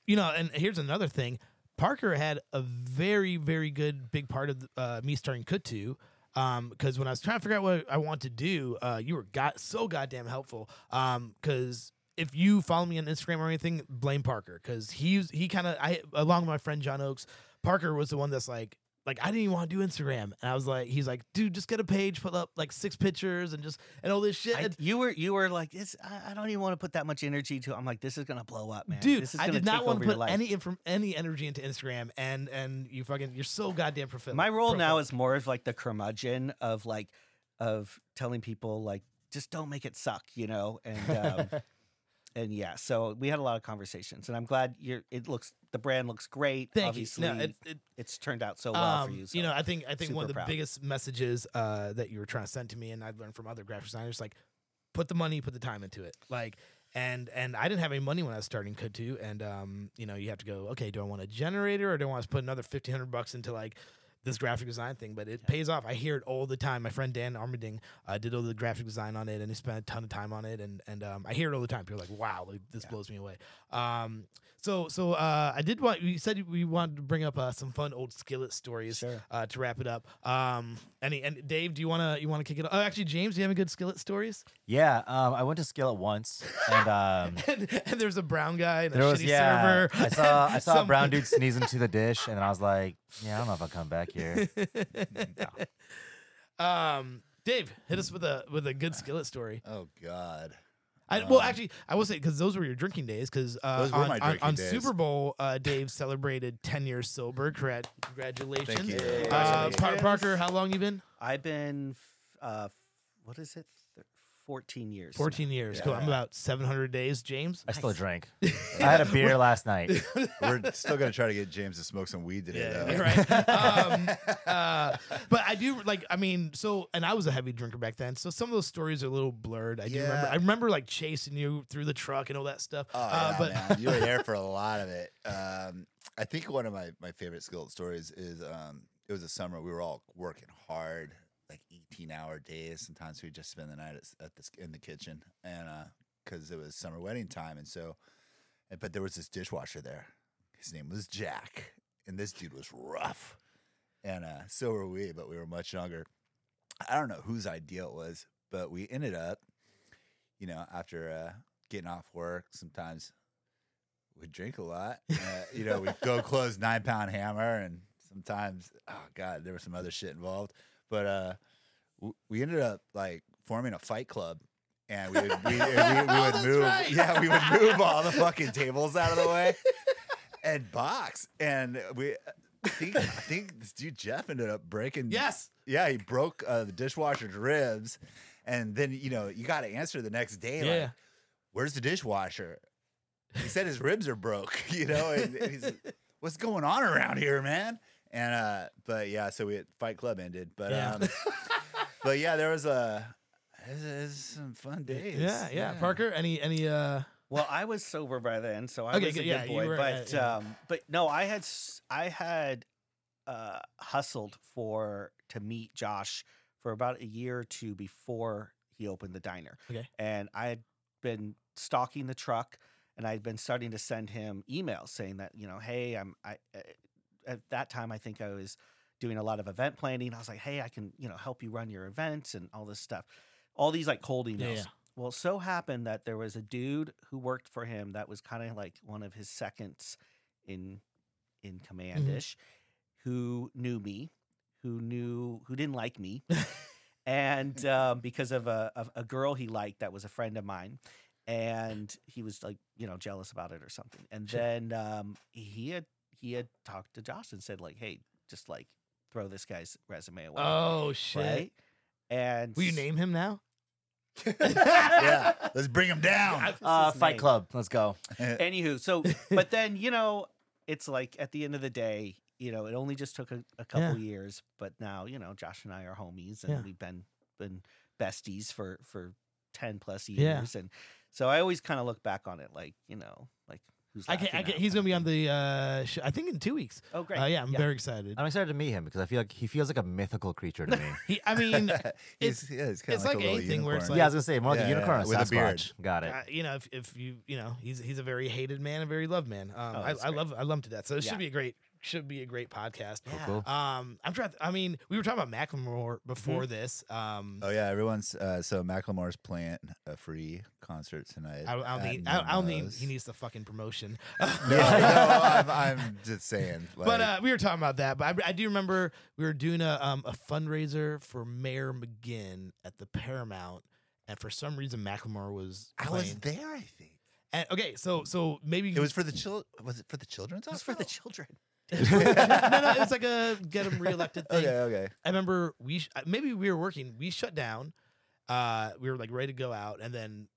S1: you know, and here's another thing. Parker had a very very good big part of uh, me starting Kutu um cuz when I was trying to figure out what I want to do, uh you were got so goddamn helpful um cuz if you follow me on Instagram or anything, blame Parker cuz he's he kind of I along with my friend John Oakes, Parker was the one that's like like I didn't even want to do Instagram, and I was like, he's like, dude, just get a page, put up like six pictures, and just and all this shit.
S4: I-
S1: and-
S4: you were you were like, this, I, I don't even want to put that much energy to. I'm like, this is gonna blow up, man.
S1: Dude,
S4: this is
S1: I
S4: gonna
S1: did not
S4: take
S1: want
S4: over
S1: to
S4: your
S1: put
S4: life.
S1: any inform- any energy into Instagram, and and you fucking you're so goddamn profit.
S4: My role now is more of like the curmudgeon of like of telling people like just don't make it suck, you know. And um, and yeah, so we had a lot of conversations, and I'm glad you're. It looks the brand looks great.
S1: thank
S4: Obviously,
S1: you. No, it, it,
S4: it's turned out so well for
S1: um,
S4: you. So.
S1: know, I think I think one
S4: super
S1: of the
S4: proud.
S1: biggest messages uh, that you were trying to send to me, and I've learned from other graphic designers, like put the money, put the time into it, like. And and I didn't have any money when I was starting Code Two, and um, you know, you have to go, okay, do I want a generator or do I want to put another fifteen hundred bucks into like this graphic design thing? But it pays off. I hear it all the time. My friend Dan Armading uh, did all the graphic design on it, and he spent a ton of time on it, and and um, I hear it all the time. People are like, wow, like, this
S4: Yeah.
S1: blows me away. Um, so so uh, I did want you said we wanted to bring up uh, some fun old skillet stories
S4: Sure.
S1: uh, to wrap it up. Um, any and Dave, do you wanna you wanna kick it? Off? Oh, actually, James, do you have any good skillet stories?
S3: Yeah, um, I went to Skillet once, and um,
S1: and, and there's a brown guy and
S3: there
S1: a
S3: was
S1: shitty
S3: yeah,
S1: server.
S3: I saw I
S1: and
S3: saw a
S1: some-
S3: brown dude sneeze into the dish, and I was like, yeah, I don't know if I'll come back here.
S1: um, Dave, hit us with a with a good skillet story.
S2: Oh God.
S1: I, well,
S2: Um,
S1: actually, I will say because those were your drinking days. Because uh,
S2: Those were
S1: on,
S2: my
S1: on,
S2: drinking
S1: on
S2: days.
S1: Super Bowl, uh, Dave celebrated ten years sober. Correct. Congratulations,
S2: Thank you.
S1: Uh,
S2: Congratulations.
S1: Par- Parker. How long you been?
S4: I've been, f- uh, f- what is it, Th- fourteen years. now.
S1: Fourteen years. Cool. I'm
S2: Yeah.
S1: about seven hundred days. James.
S3: I still drank. I
S1: I
S3: had a beer last night.
S2: We're still gonna try to get James to smoke some weed today.
S1: Yeah,
S2: though.
S1: right. Um, uh, but I do like. I mean, so and I was a heavy drinker back then, so some of those stories are a little blurred. I do remember.
S2: Yeah.
S1: I remember like chasing you through the truck and all that stuff.
S2: Oh,
S1: uh,
S2: yeah,
S1: but
S2: man. you were there for a lot of it. Um, I think one of my, my favorite skillet stories is um, it was a summer. We were all working hard, like 18 hour days. Sometimes we'd just spend the night at, s- at this, in the kitchen and because it was summer wedding time. And so, and- but there was this dishwasher there. His name was Jack. And this dude was rough. And uh, so were we, but we were much younger. I don't know whose idea it was, but we ended up, you know, after uh, getting off work, sometimes we drink a lot. Uh, you know, we go close nine pound hammer, and sometimes, oh god, there was some other shit involved. But uh, w- we ended up like forming a fight club, and we would, we, we, we
S1: Oh,
S2: would
S1: that's
S2: move,
S1: right.
S2: yeah, we would move all the fucking tables out of the way and box, and we. I think, I think this dude Jeff ended up breaking
S1: yes,
S2: yeah, he broke uh, the dishwasher's ribs, and then you know you got to answer the next day. like,
S1: Yeah.
S2: where's the dishwasher? He said his ribs are broke. You know, and, and he's what's going on around here, man? And uh, but yeah, so we Fight Club ended, but
S1: Yeah.
S2: um, but yeah, there was a it was, it was some fun days.
S1: yeah, yeah, Parker, any any uh,
S4: Well, I was sober by then, so I
S1: Okay,
S4: was a
S1: good,
S4: good
S1: yeah, you
S4: boy.
S1: were, uh,
S4: but
S1: yeah.
S4: um, but no, I had s- I had uh, hustled for to meet Josh for about a year or two before he opened the diner.
S1: Okay.
S4: and I had been stalking the truck, and I had been starting to send him emails saying that you know, hey, I'm I uh, at that time I think I was doing a lot of event planning. I was like, hey, I can you know help you run your events and all this stuff, all these like cold emails.
S1: yeah, yeah.
S4: Well, it so happened that there was a dude who worked for him that was kind of like one of his seconds in in
S1: Mm-hmm.
S4: commandish, who knew me, who knew who didn't like me, and um, because of a of a girl he liked that was a friend of mine, and he was like you know jealous about it or something. And
S1: Sure.
S4: then um, he had he had talked to Josh and said like, hey, just like throw this guy's resume away,
S1: Oh shit!
S4: right? And
S1: Will you
S4: s-
S1: name him now?
S2: yeah. Let's bring him down.
S3: Uh,
S4: his
S3: Fight
S4: name?
S3: Club. Let's go.
S4: Anywho, so but then you know, it's like at the end of the day, you know, it only just took a, a couple years, but now you know, Josh and I are homies, and
S1: Yeah.
S4: we've been been besties for for ten plus
S1: Yeah.
S4: years, and so I always kind of look back on it like you know, like who's
S1: I can I
S4: laughing
S1: can
S4: now
S1: He's
S4: kinda
S1: gonna be on
S4: thing.
S1: the uh, sh- I think in two weeks.
S4: oh great
S1: Uh, yeah, I'm very excited.
S3: I'm excited to meet him because I feel like he feels like a mythical creature to me.
S1: He, I mean,
S2: He's- yeah, he's kinda
S1: it's
S2: a
S1: like
S2: little
S1: anything where it's
S2: unicorn.
S3: yeah, I was gonna say more like
S2: Yeah,
S3: a unicorn
S2: yeah,
S3: or
S2: with a beard.
S3: Sasquatch. Got it.
S1: Uh, you know, if, if you you know, he's he's a very hated man, a very loved man. Um, I,
S4: that's
S1: I
S2: Oh,
S4: great.
S1: love I love him to death. So it
S4: Yeah.
S1: should be a great should be a great podcast.
S4: Yeah.
S3: cool.
S1: Um, I'm trying. I mean, we were talking about Macklemore before
S2: Mm-hmm.
S1: this. Um,
S2: Oh yeah, everyone's uh, so Macklemore's playing a free concert tonight.
S1: I, don't- I don't
S2: at
S1: think. I, don't- I don't think
S2: Nemo's.
S1: he needs the fucking promotion.
S2: No, no, I'm, I'm just saying. Like,
S1: but uh, we were talking about that. But I, I do remember we were doing a um, a fundraiser for Mayor McGinn at the Paramount, and for some reason Macklemore was
S2: I
S1: playing.
S2: was there. I think
S1: And- okay, so so maybe
S2: it was for the child. Was it for the children's?
S4: It's for the
S2: hospital?
S4: children.
S1: no, no, it was like a get him reelected thing.
S2: Okay, okay.
S1: I remember we sh- uh, maybe we were working. We shut down. Uh, we were like ready to go out, and then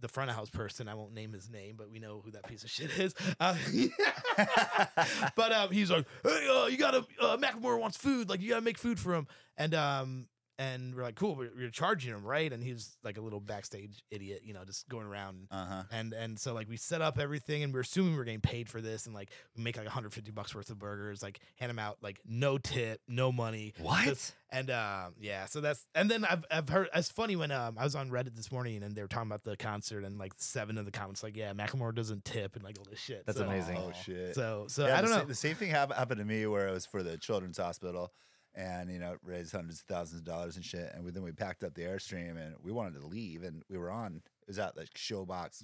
S1: the front of house person I won't name his name, but we know who that piece of shit is. Uh, but um, he's like, "Hey, uh, you gotta uh, Macklemore wants food. Like, you gotta make food for him." And um, and we're like, "Cool, we're, we're charging him, right?" And he's like a little backstage idiot, you know, just going around
S2: Uh huh.
S1: and and so like we set up everything and we're assuming we're getting paid for this and like we make like 150 bucks worth of burgers like hand them out like no tip no money
S3: What?
S1: Just- and um yeah so that's and then I've I've heard it's funny when um I was on Reddit this morning and they were talking about the concert and like seven of the comments like yeah Macklemore doesn't tip and like all this shit
S3: That's
S1: so,
S3: amazing.
S2: Oh shit.
S1: so so
S2: Yeah,
S1: I
S2: the
S1: don't
S2: sa-
S1: know
S2: The same thing hap- happened to me where it was for the children's hospital, and you know raised hundreds of thousands of dollars and shit. And we, then we packed up the airstream and we wanted to leave, and we were on. It was at like Showbox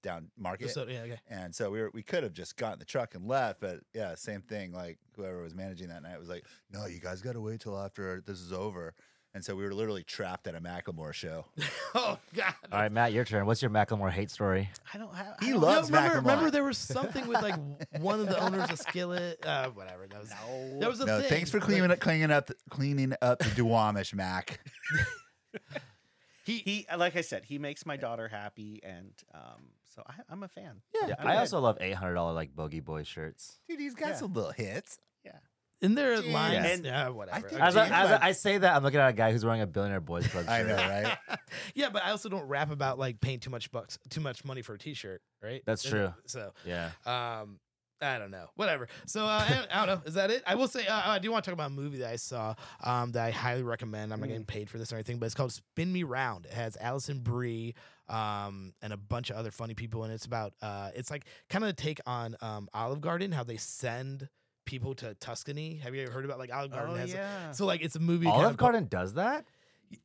S2: down Market,
S1: so yeah okay
S2: and so we were we could have just gotten the truck and left. But yeah, same thing. Like whoever was managing that night was like, "No, you guys got to wait till after this is over." And so we were literally trapped at a Macklemore show.
S1: oh god
S3: All right, Matt, your turn. What's your Macklemore hate story?
S4: I don't have.
S2: He
S4: I don't
S1: No,
S2: loves
S1: remember,
S2: Macklemore.
S1: remember there was something with like one of the owners of Skillet uh whatever that was
S4: know.
S1: that was a
S2: no,
S1: thing
S2: thanks for
S1: Like,
S2: cleaning up, cleaning up, cleaning up the Duwamish, Mac.
S4: he, he, like I said, he makes my daughter happy, and um, so I, I'm a fan.
S1: Yeah,
S4: I'm
S3: I
S4: good.
S3: also love eight hundred dollar like bogey boy shirts.
S2: Dude, he's got
S4: Yeah.
S2: some little hits.
S1: in their
S2: Yeah.
S1: lines
S4: And-
S1: yeah whatever
S2: think
S3: As, I,
S2: Dude,
S3: as
S2: like-
S3: I say that, I'm looking at a guy who's wearing a billionaire boys club shirt.
S2: I know, right?
S1: yeah, but I also don't rap about like paying too much bucks, too much money for a T-shirt, right?
S3: That's
S1: And,
S3: true.
S1: So,
S3: Yeah.
S1: um, I don't know, whatever. So uh, I, don't, I don't know. Is that it? I will say uh, I do want to talk about a movie that I saw um, that I highly recommend. I'm not getting paid for this or anything, but it's called Spin Me Round. It has Allison Brie um, and a bunch of other funny people, and it's about uh, it's like kind of a take on um, Olive Garden, how they send people to Tuscany. Have you ever heard about like Olive Garden?
S4: Oh
S1: has
S4: yeah.
S1: So like it's a movie. kind
S3: Olive
S1: of-
S3: Garden does that?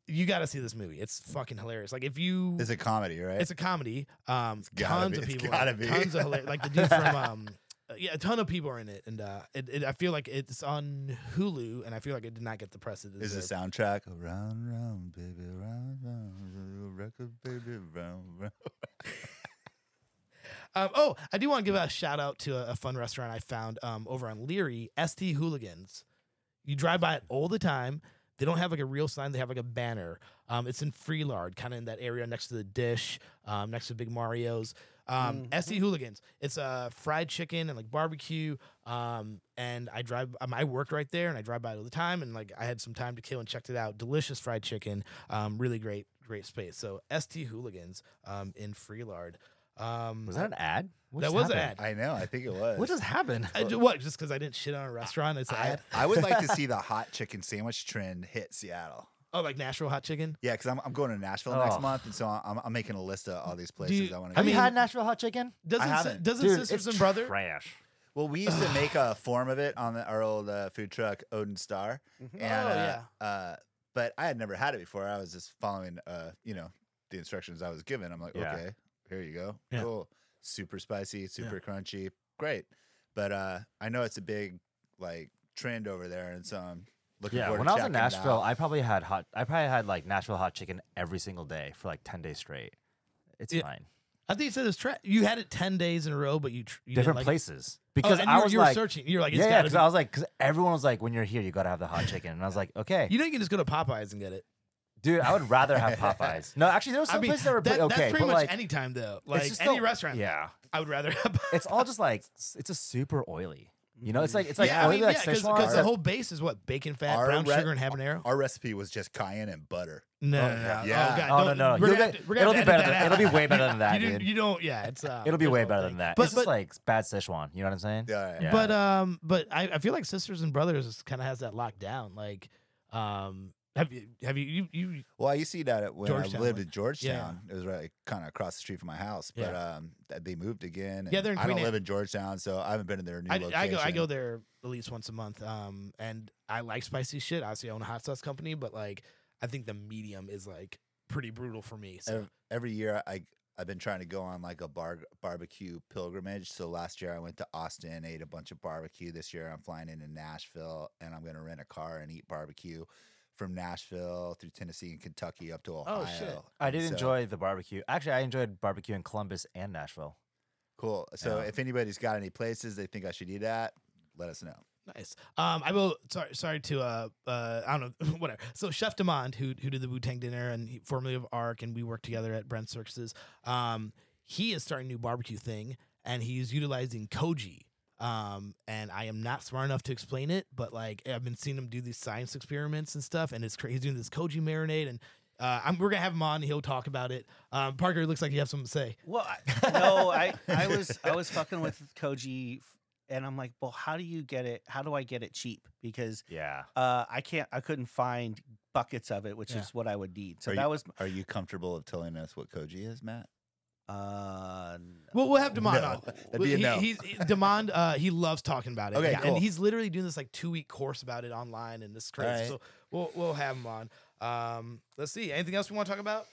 S1: you got to see this movie. It's fucking hilarious. Like if you,
S2: It's a comedy, right?
S1: it's a comedy. Um,
S2: gotta
S1: tons
S2: be-
S1: of
S2: it's
S1: people,
S2: gotta
S1: in it.
S2: be.
S1: tons of hilarious. Like the dude from, um, uh, yeah, a ton of people are in it, and uh, it, it, I feel like it's on Hulu, and I feel like it did not get the press it
S2: Is
S1: deserved.
S2: the soundtrack around, round, baby, round, round, record, baby, round, round.
S1: Um, oh, I do want to give a shout out to a, a fun restaurant I found um, over on Leary, ST Hooligans. You drive by it all the time. They don't have like a real sign; they have like a banner. Um, it's in Freelard, kind of in that area next to the Dish, um, next to Big Mario's. Um, ST Hooligans. It's uh, fried chicken and like barbecue. Um, and I drive. Um, I work right there, and I drive by it all the time. And like I had some time to kill and checked it out. Delicious fried chicken. Um, really great, great space. So ST Hooligans um, in Freelard. Um,
S3: Was that an ad? What
S1: that
S3: just
S1: was an
S3: happened?
S1: ad.
S2: I know, I think it was.
S3: What just happened?
S1: I, ju- what? Just because I didn't shit on a restaurant? It's an
S2: I,
S1: ad.
S2: I would like to see the hot chicken sandwich trend hit Seattle.
S1: Oh, like Nashville hot chicken.
S2: Yeah, because I'm, I'm going to Nashville next
S3: Oh.
S2: month, and so I'm, I'm making a list of all these places
S1: you-
S2: I want to
S1: I
S2: go.
S3: Have
S1: mean-
S3: you had Nashville hot chicken?
S1: Doesn't si-
S2: haven't.
S1: doesn't
S3: Dude,
S1: sisters
S3: it's
S1: and brother?
S3: trash.
S2: Well, we used to make a form of it on the, our old uh, food truck, Odin Star.
S4: Mhm.
S2: And,
S1: Oh,
S2: uh, Uh, but I had never had it before. I was just following, uh, you know, the instructions I was given. I'm like,
S3: Yeah.
S2: okay, here you go.
S1: Yeah.
S2: Cool. Super spicy, super crunchy. Great. But uh, I know it's a big like trend over there. And so I'm looking
S3: Yeah.
S2: forward
S3: When
S2: to
S3: I was in
S2: checking it out.
S3: Nashville, I probably had hot. I probably had like Nashville hot chicken every single day for like ten days straight. It's
S1: Yeah.
S3: fine.
S1: I think you said it's trash. You had it ten days in a row, but you, tr- you
S3: Different
S1: didn't like it.
S3: places because
S1: oh, and you
S3: I
S1: were-
S3: was
S1: you were
S3: like,
S1: searching. You're like, it's
S3: yeah, yeah.
S1: gotta
S3: Because
S1: be.
S3: I was like, because everyone was like, when you're here, you gotta have the hot chicken, and I was like, okay,
S1: you know, you can just go to Popeyes and get it.
S3: dude, I would rather have Popeyes. No, actually, there was
S1: I
S3: some
S1: mean,
S3: places that were
S1: that,
S3: okay,
S1: that's pretty
S3: but
S1: much
S3: like,
S1: any time though. Like
S3: just
S1: any
S3: the-
S1: restaurant,
S3: yeah,
S1: I would rather. Have
S3: it's all just like s- it's a super oily. You know, it's like it's like
S1: yeah, I
S3: oily
S1: mean,
S3: like
S1: yeah, because
S3: Szechuan.
S1: the whole base is what bacon, fat,
S2: Our
S1: brown
S2: re-
S1: sugar, and habanero.
S2: Our recipe was just cayenne and butter.
S1: no, no, no,
S3: yeah.
S1: no.
S2: Yeah.
S1: Oh, God,
S3: Oh, no,
S1: don't-
S3: no, no.
S1: we're
S3: You'll
S1: gonna have
S3: get-
S1: to- we're gonna
S3: it'll
S1: have
S3: be
S1: to edit that
S3: better than- it'll
S1: out.
S3: be way better than that,
S1: You didn't-
S3: dude.
S1: You don't. Yeah, it's. uh,
S3: It'll be
S1: it's
S3: way
S1: whole
S3: better
S1: thing.
S3: than that.
S1: But-
S3: it's just
S1: but-
S3: like bad Szechuan. You know what I'm saying?
S2: Yeah.
S3: Yeah.
S1: But um, but I, I feel like sisters and brothers kind of has that locked down. Like, um, Have you? Have you? You? you
S2: Well, I used to eat at it when
S1: Georgetown
S2: I lived
S1: one.
S2: in Georgetown. It was right kind of across the street from my house, but um, th- they moved again.
S1: Yeah,
S2: and
S1: they're in
S2: I don't
S1: Queen
S2: live in Georgetown, so I haven't been in their new
S1: I,
S2: location.
S1: I go. I go there at least once a month. Um, and I like spicy shit. Obviously, I own a hot sauce company, but like, I think the medium is like pretty brutal for me. So
S2: Ev- every year. I I've been trying to go on like a bar barbecue pilgrimage. So last year I went to Austin, ate a bunch of barbecue. This year I'm flying into Nashville, and I'm gonna rent a car and eat barbecue from Nashville through Tennessee and Kentucky up to Ohio.
S1: Oh, shit.
S3: I
S2: And
S3: did
S2: so-
S3: enjoy the barbecue. Actually, I enjoyed barbecue in Columbus and Nashville.
S2: Cool. So
S3: Yeah.
S2: if anybody's got any places they think I should eat at, let us know.
S1: Nice. Um, I will. Sorry, sorry to uh, uh, I don't know, whatever. So Chef Demond, who who did the Wu Tang dinner and he, formerly of Arc, and we worked together at Brent Circuses. Um, he is starting a new barbecue thing, and he's utilizing koji. Um, and I am not smart enough to explain it, but like I've been seeing him do these science experiments and stuff, and it's cra- he's doing this koji marinade, and uh, I'm, we're gonna have him on. He'll talk about it. Um, Parker it looks like you have something to say.
S4: Well, I, no, I, I was I was fucking with Koji, f- and I'm like, well, how do you get it? How do I get it cheap? Because
S3: Yeah.
S4: uh, I can't, I couldn't find buckets of it, which
S1: Yeah.
S4: is what I would need. So
S2: Are
S4: that
S2: you-
S4: was
S2: Are you comfortable of telling us what koji is, Matt?
S4: uh,
S1: Well, we'll have Demond
S2: No.
S1: on.
S2: That'd be a
S1: he,
S2: no.
S1: he's- he- Demond, uh, he loves talking about it.
S2: Okay,
S1: and,
S2: cool.
S1: and he's literally doing this like two week course about it online, and this is crazy.
S2: Alright.
S1: So we'll we'll have him on. Um, let's see. Anything else we want to talk about?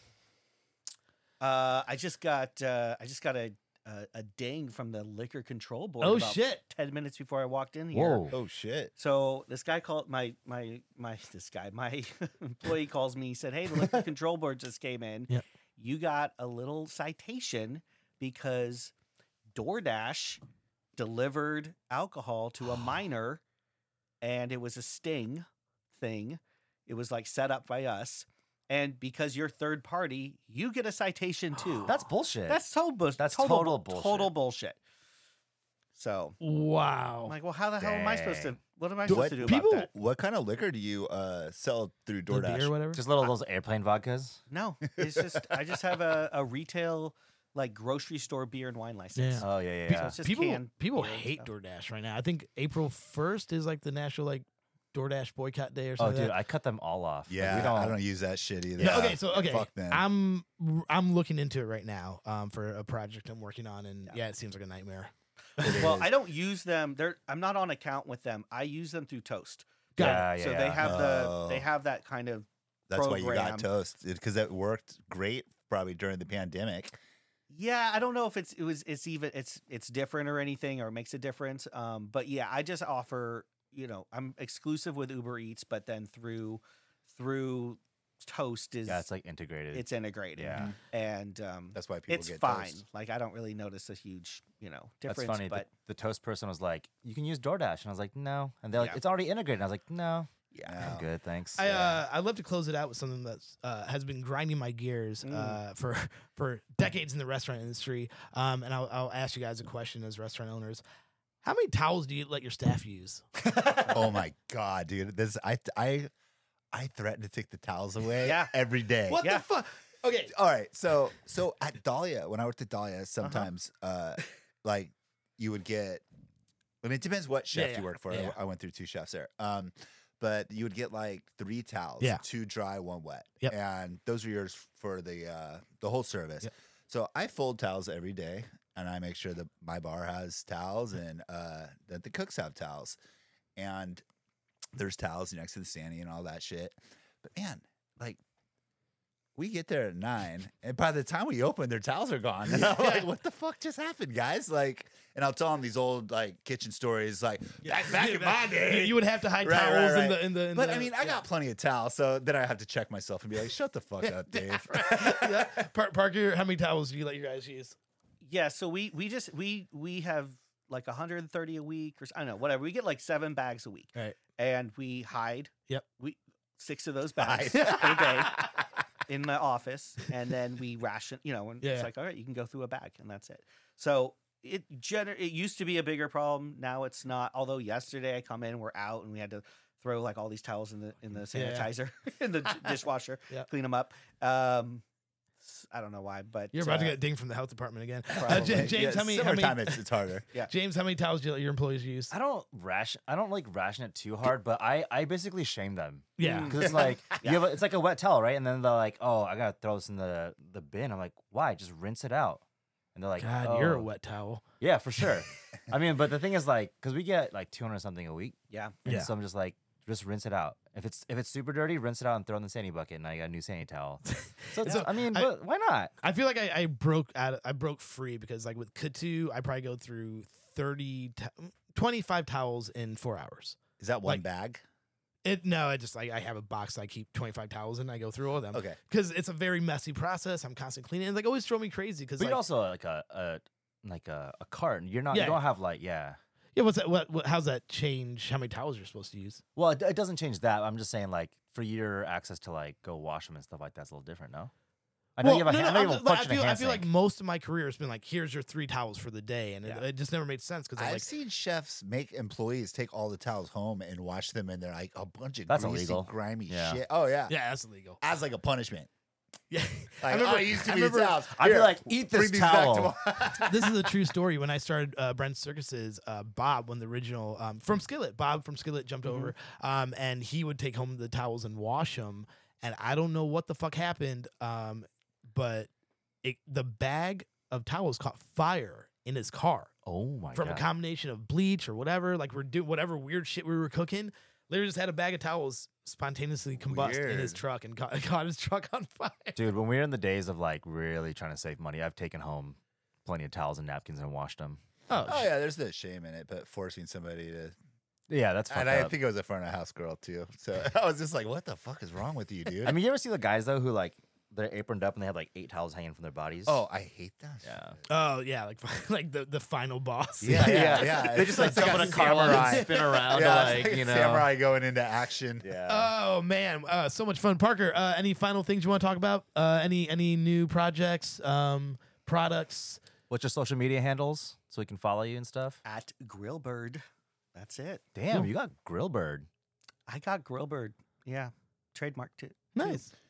S4: uh, I just got uh, I just got a, a a ding from the liquor control board.
S1: oh
S4: about
S1: shit!
S4: Ten minutes before I walked in here.
S3: Whoa.
S2: Oh shit!
S4: So this guy called my my my this guy my employee calls me. He said, "Hey, the liquor control board just came in.
S1: Yep.
S4: You got a little citation because DoorDash delivered alcohol to a minor, and it was a sting thing. It was like set up by us, and because you're third party, you get a citation too.
S3: That's bullshit.
S4: that's total bullshit.
S3: That's total bullshit.
S4: Total bullshit. So
S1: Wow.
S4: I'm like, well, how the hell am I supposed to?
S3: Dang.
S4: What am I
S2: Do-
S4: supposed
S2: what
S4: to do
S2: people-
S4: about that?
S2: What kind of liquor do you uh, sell
S1: The
S2: through
S1: beer or
S2: DoorDash?
S1: whatever.
S3: Just little those airplane vodkas.
S4: No, it's just I just have a, a retail like grocery store beer and wine license.
S1: Yeah.
S3: Oh yeah, yeah.
S4: So
S3: yeah.
S4: it's just
S1: people
S4: canned
S1: people
S4: beer and
S1: hate
S4: stuff.
S1: DoorDash right now. I think April first is like the national like DoorDash boycott day or
S3: Oh
S1: something. like
S3: dude,
S1: that.
S3: I cut them all off. Like,
S2: Yeah,
S3: we don't.
S2: I don't use that shit either.
S1: Yeah, okay, so okay,
S2: fuck them.
S1: I'm I'm looking into it right now um, for a project I'm working on, and
S4: Yeah.
S1: yeah, it seems like a nightmare.
S2: It
S4: Well,
S2: is.
S4: I don't use them. They're I'm not on account with them. I use them through Toast.
S1: Got it.
S3: Ah, yeah, yeah,
S4: so
S3: yeah.
S4: they have the
S2: Oh.
S4: they have that kind of
S2: that's why you
S4: program.
S2: got toast because that worked great probably during the pandemic.
S4: yeah. I don't know if it's it was it's even it's it's different or anything or it makes a difference. Um, but yeah, I just offer you know I'm exclusive with Uber Eats, but then through through Toast is
S3: yeah, it's like integrated.
S4: it's integrated.
S3: yeah.
S4: and um,
S2: That's why people
S4: it's
S2: get
S4: fine.
S2: toast.
S4: Like I don't really notice a huge you know
S3: That's
S4: difference.
S3: funny.
S4: but
S3: the, the toast person was like, "You can use DoorDash," and I was like, "No," and they're like,
S4: Yeah.
S3: "It's already integrated." And I was like, "No, I'm
S2: No.
S3: good, thanks."
S1: I
S3: Yeah.
S1: uh, I love to close it out with something that uh, has been grinding my gears
S4: Mm.
S1: uh, for for decades in the restaurant industry. Um, and I'll, I'll ask you guys a question as restaurant owners: How many towels do you let your staff use?
S2: oh my god, dude! This I I I threaten to take the towels away
S4: Yeah.
S2: every day.
S1: What
S4: Yeah.
S1: the fuck? Okay, Uh-huh.
S2: all right. So so at Dahlia, when I worked at Dahlia, sometimes uh like you would get. I mean, it depends what
S1: Yeah,
S2: chef
S1: yeah,
S2: you work for. I-
S1: yeah.
S2: I, went through two chefs there. Um, but you would get like three towels,
S1: Yeah.
S2: two dry, one wet,
S1: Yep.
S2: and those are yours for the uh, the whole service.
S1: Yep.
S2: So I fold towels every day, and I make sure that my bar has towels and uh, that the cooks have towels, and there's towels next to the sandy and all that shit. But man, like we get there at nine, and by the time we open, their towels are gone. And I'm like, what the fuck just happened, guys? Like, and I'll tell them these old like kitchen stories, like back, back in my day.
S1: you, you would have to hide
S2: Right, right,
S1: towels
S2: right.
S1: in the in the. In
S2: but
S1: the-
S2: I mean, I
S1: yeah.
S2: got plenty of towels, so then I have to check myself and be like, shut the fuck up, Dave.
S1: Yeah. Par- Parker, how many towels do you let your guys use?
S4: yeah, so we we just we we have like 130 a week or s- I don't know whatever. We get like seven bags a week,
S1: Right.
S4: And we hide.
S1: Yep.
S4: we six of those
S2: Bye.
S4: bags per day in the office, and then we ration. You know, and
S1: Yeah.
S4: it's like all right, you can go through a bag, and that's it. So. It gener- it used to be a bigger problem. Now it's not. Although yesterday I come in, we're out, and we had to throw like all these towels in the in the
S1: Yeah.
S4: sanitizer in the d- dishwasher,
S1: Yep.
S4: clean them up. Um, s- I don't know why, but
S1: You're about to
S4: uh,
S1: get dinged from the health department again. Uh,
S4: probably.
S1: J- James, how many, how
S2: Summertime,
S1: many
S2: it's, it's harder.
S1: James, how many towels do your employees use?
S3: I don't ration. I don't like ration it too hard, but I I basically shame them.
S1: Yeah.
S3: because it's like you have a, it's like a wet towel, right? And then they're like, "Oh, I gotta throw this in the the bin." I'm like, "Why? Just rinse it out." And they're like,
S1: God, you're a
S3: "Oh."
S1: wet towel.
S3: Yeah, for sure. I mean, but the thing is, like, because we get like 200 something a week,
S4: yeah.
S3: and
S1: Yeah.
S3: so I'm just like, just rinse it out. If it's if it's super dirty, rinse it out and throw it in the sandy bucket, and I got a new sandy towel. So, it's,
S1: So,
S3: I mean,
S1: I-
S3: but why not?
S1: I feel like I, I broke out. I broke free because like with Katu, I probably go through 30, to- 25 towels in four hours.
S2: Is that one
S1: Like-
S2: bag?
S1: It no, I just like I have a box I keep 25 towels in. I go through all of them
S2: Okay.
S1: because it's a very messy process. I'm constantly cleaning. It's like always drove me crazy because
S3: But
S1: like,
S3: you're also like a, a like a, a cart. You're not.
S1: Yeah.
S3: You don't have like yeah.
S1: yeah, what's that? What, what how's that change? How many towels you're supposed to use?
S3: Well, it, it doesn't change that. I'm just saying like for your access to like go wash them and stuff like that's a little different. No, I know you have a,
S1: no,
S3: hand,
S1: no,
S3: I
S1: I'm
S3: know you have
S1: just- like,
S3: a
S1: I
S3: functioning
S1: feel, I
S3: hand
S1: feel like
S3: sink.
S1: most of my career has been like, here's your three towels for the day, and
S4: Yeah.
S1: it, it just never made sense because
S2: I've
S1: like,
S2: seen chefs make employees take all the towels home and wash them, and they're like a bunch of
S3: That's
S2: greasy,
S3: illegal.
S2: grimy
S3: Yeah.
S2: shit. Oh yeah.
S1: yeah, that's illegal.
S2: as like a punishment.
S1: Yeah,
S2: Like, I
S1: remember-
S2: oh, it used to
S1: I
S2: be
S1: remember-
S2: the towels.
S3: I'd be
S2: Here,
S3: like, eat
S2: bring
S3: this
S2: these back
S3: towel.
S2: tomorrow.
S1: this is a true story. When I started uh, Brent Circuses, uh, Bob, when the original um, from Skillet, Bob from Skillet jumped over,
S2: Mm-hmm.
S1: um, and he would take home the towels and wash them. And I don't know what the fuck happened, um, but it, the bag of towels caught fire in his car
S3: Oh my
S1: from
S3: god.
S1: a combination of bleach or whatever. Like we're doing whatever weird shit we were cooking. Literally just had a bag of towels spontaneously combust in his
S2: Weird.
S1: truck and caught, caught his truck on fire.
S3: Dude, when we were in the days of like really trying to save money, I've taken home plenty of towels and napkins and washed them.
S1: Oh,
S2: oh
S1: shit.
S2: yeah, there's no shame in it, but forcing somebody to.
S3: Yeah, that's fucked
S2: And I
S3: up.
S2: think I was a front of house girl too, so I was just like, "What the fuck is wrong with you, dude?"
S3: I mean, you ever see the guys though who like they're aproned up and they have like eight towels hanging from their bodies?
S2: oh, I hate that.
S3: yeah.
S1: Oh yeah, like like the, the final boss.
S2: Yeah, yeah, yeah.
S3: They just like
S2: It's like
S3: jump in
S2: a
S3: a car
S2: samurai.
S3: and spin around
S2: Yeah,
S3: to
S2: it's
S3: like,
S2: like a
S3: you know.
S2: samurai going into action.
S3: Yeah.
S1: Oh man, uh, so much fun, Parker. Uh, any final things you want to talk about? Uh, any any new projects, um, products?
S3: What's your social media handles so we can follow you and stuff?
S4: At Grillbird, that's it.
S3: Damn,
S1: Cool.
S3: you got Grillbird.
S4: I got Grillbird. Yeah, trademarked it.
S1: Nice.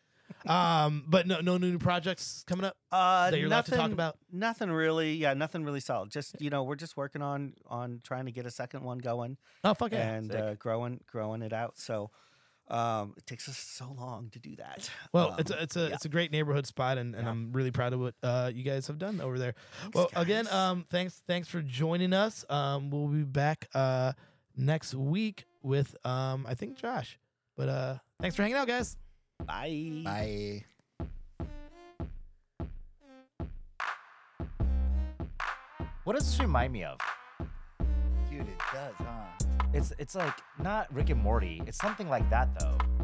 S1: um, but no no new projects coming up
S4: Uh,
S1: that you're allowed to talk
S4: nothing-
S1: about.
S4: Nothing really. Yeah, nothing really solid. Just you know, we're just working on on trying to get a second one going
S1: Oh fuck yeah!
S4: and
S3: sick.
S4: uh, growing growing it out. So um, it takes us so long to do that.
S1: Well,
S4: Um,
S1: it's a, it's a
S4: yeah.
S1: it's a great neighborhood spot, and, and
S4: Yeah.
S1: I'm really proud of what uh, you guys have done over there. well, again,
S4: guys.
S1: um, thanks thanks for joining us. Um, we'll be back uh next week with um I think Josh, but uh thanks for hanging out, guys.
S4: bye.
S2: Bye.
S3: What does this remind me of?
S2: Dude, it does, huh?
S3: It's it's like not Rick and Morty. It's something like that though.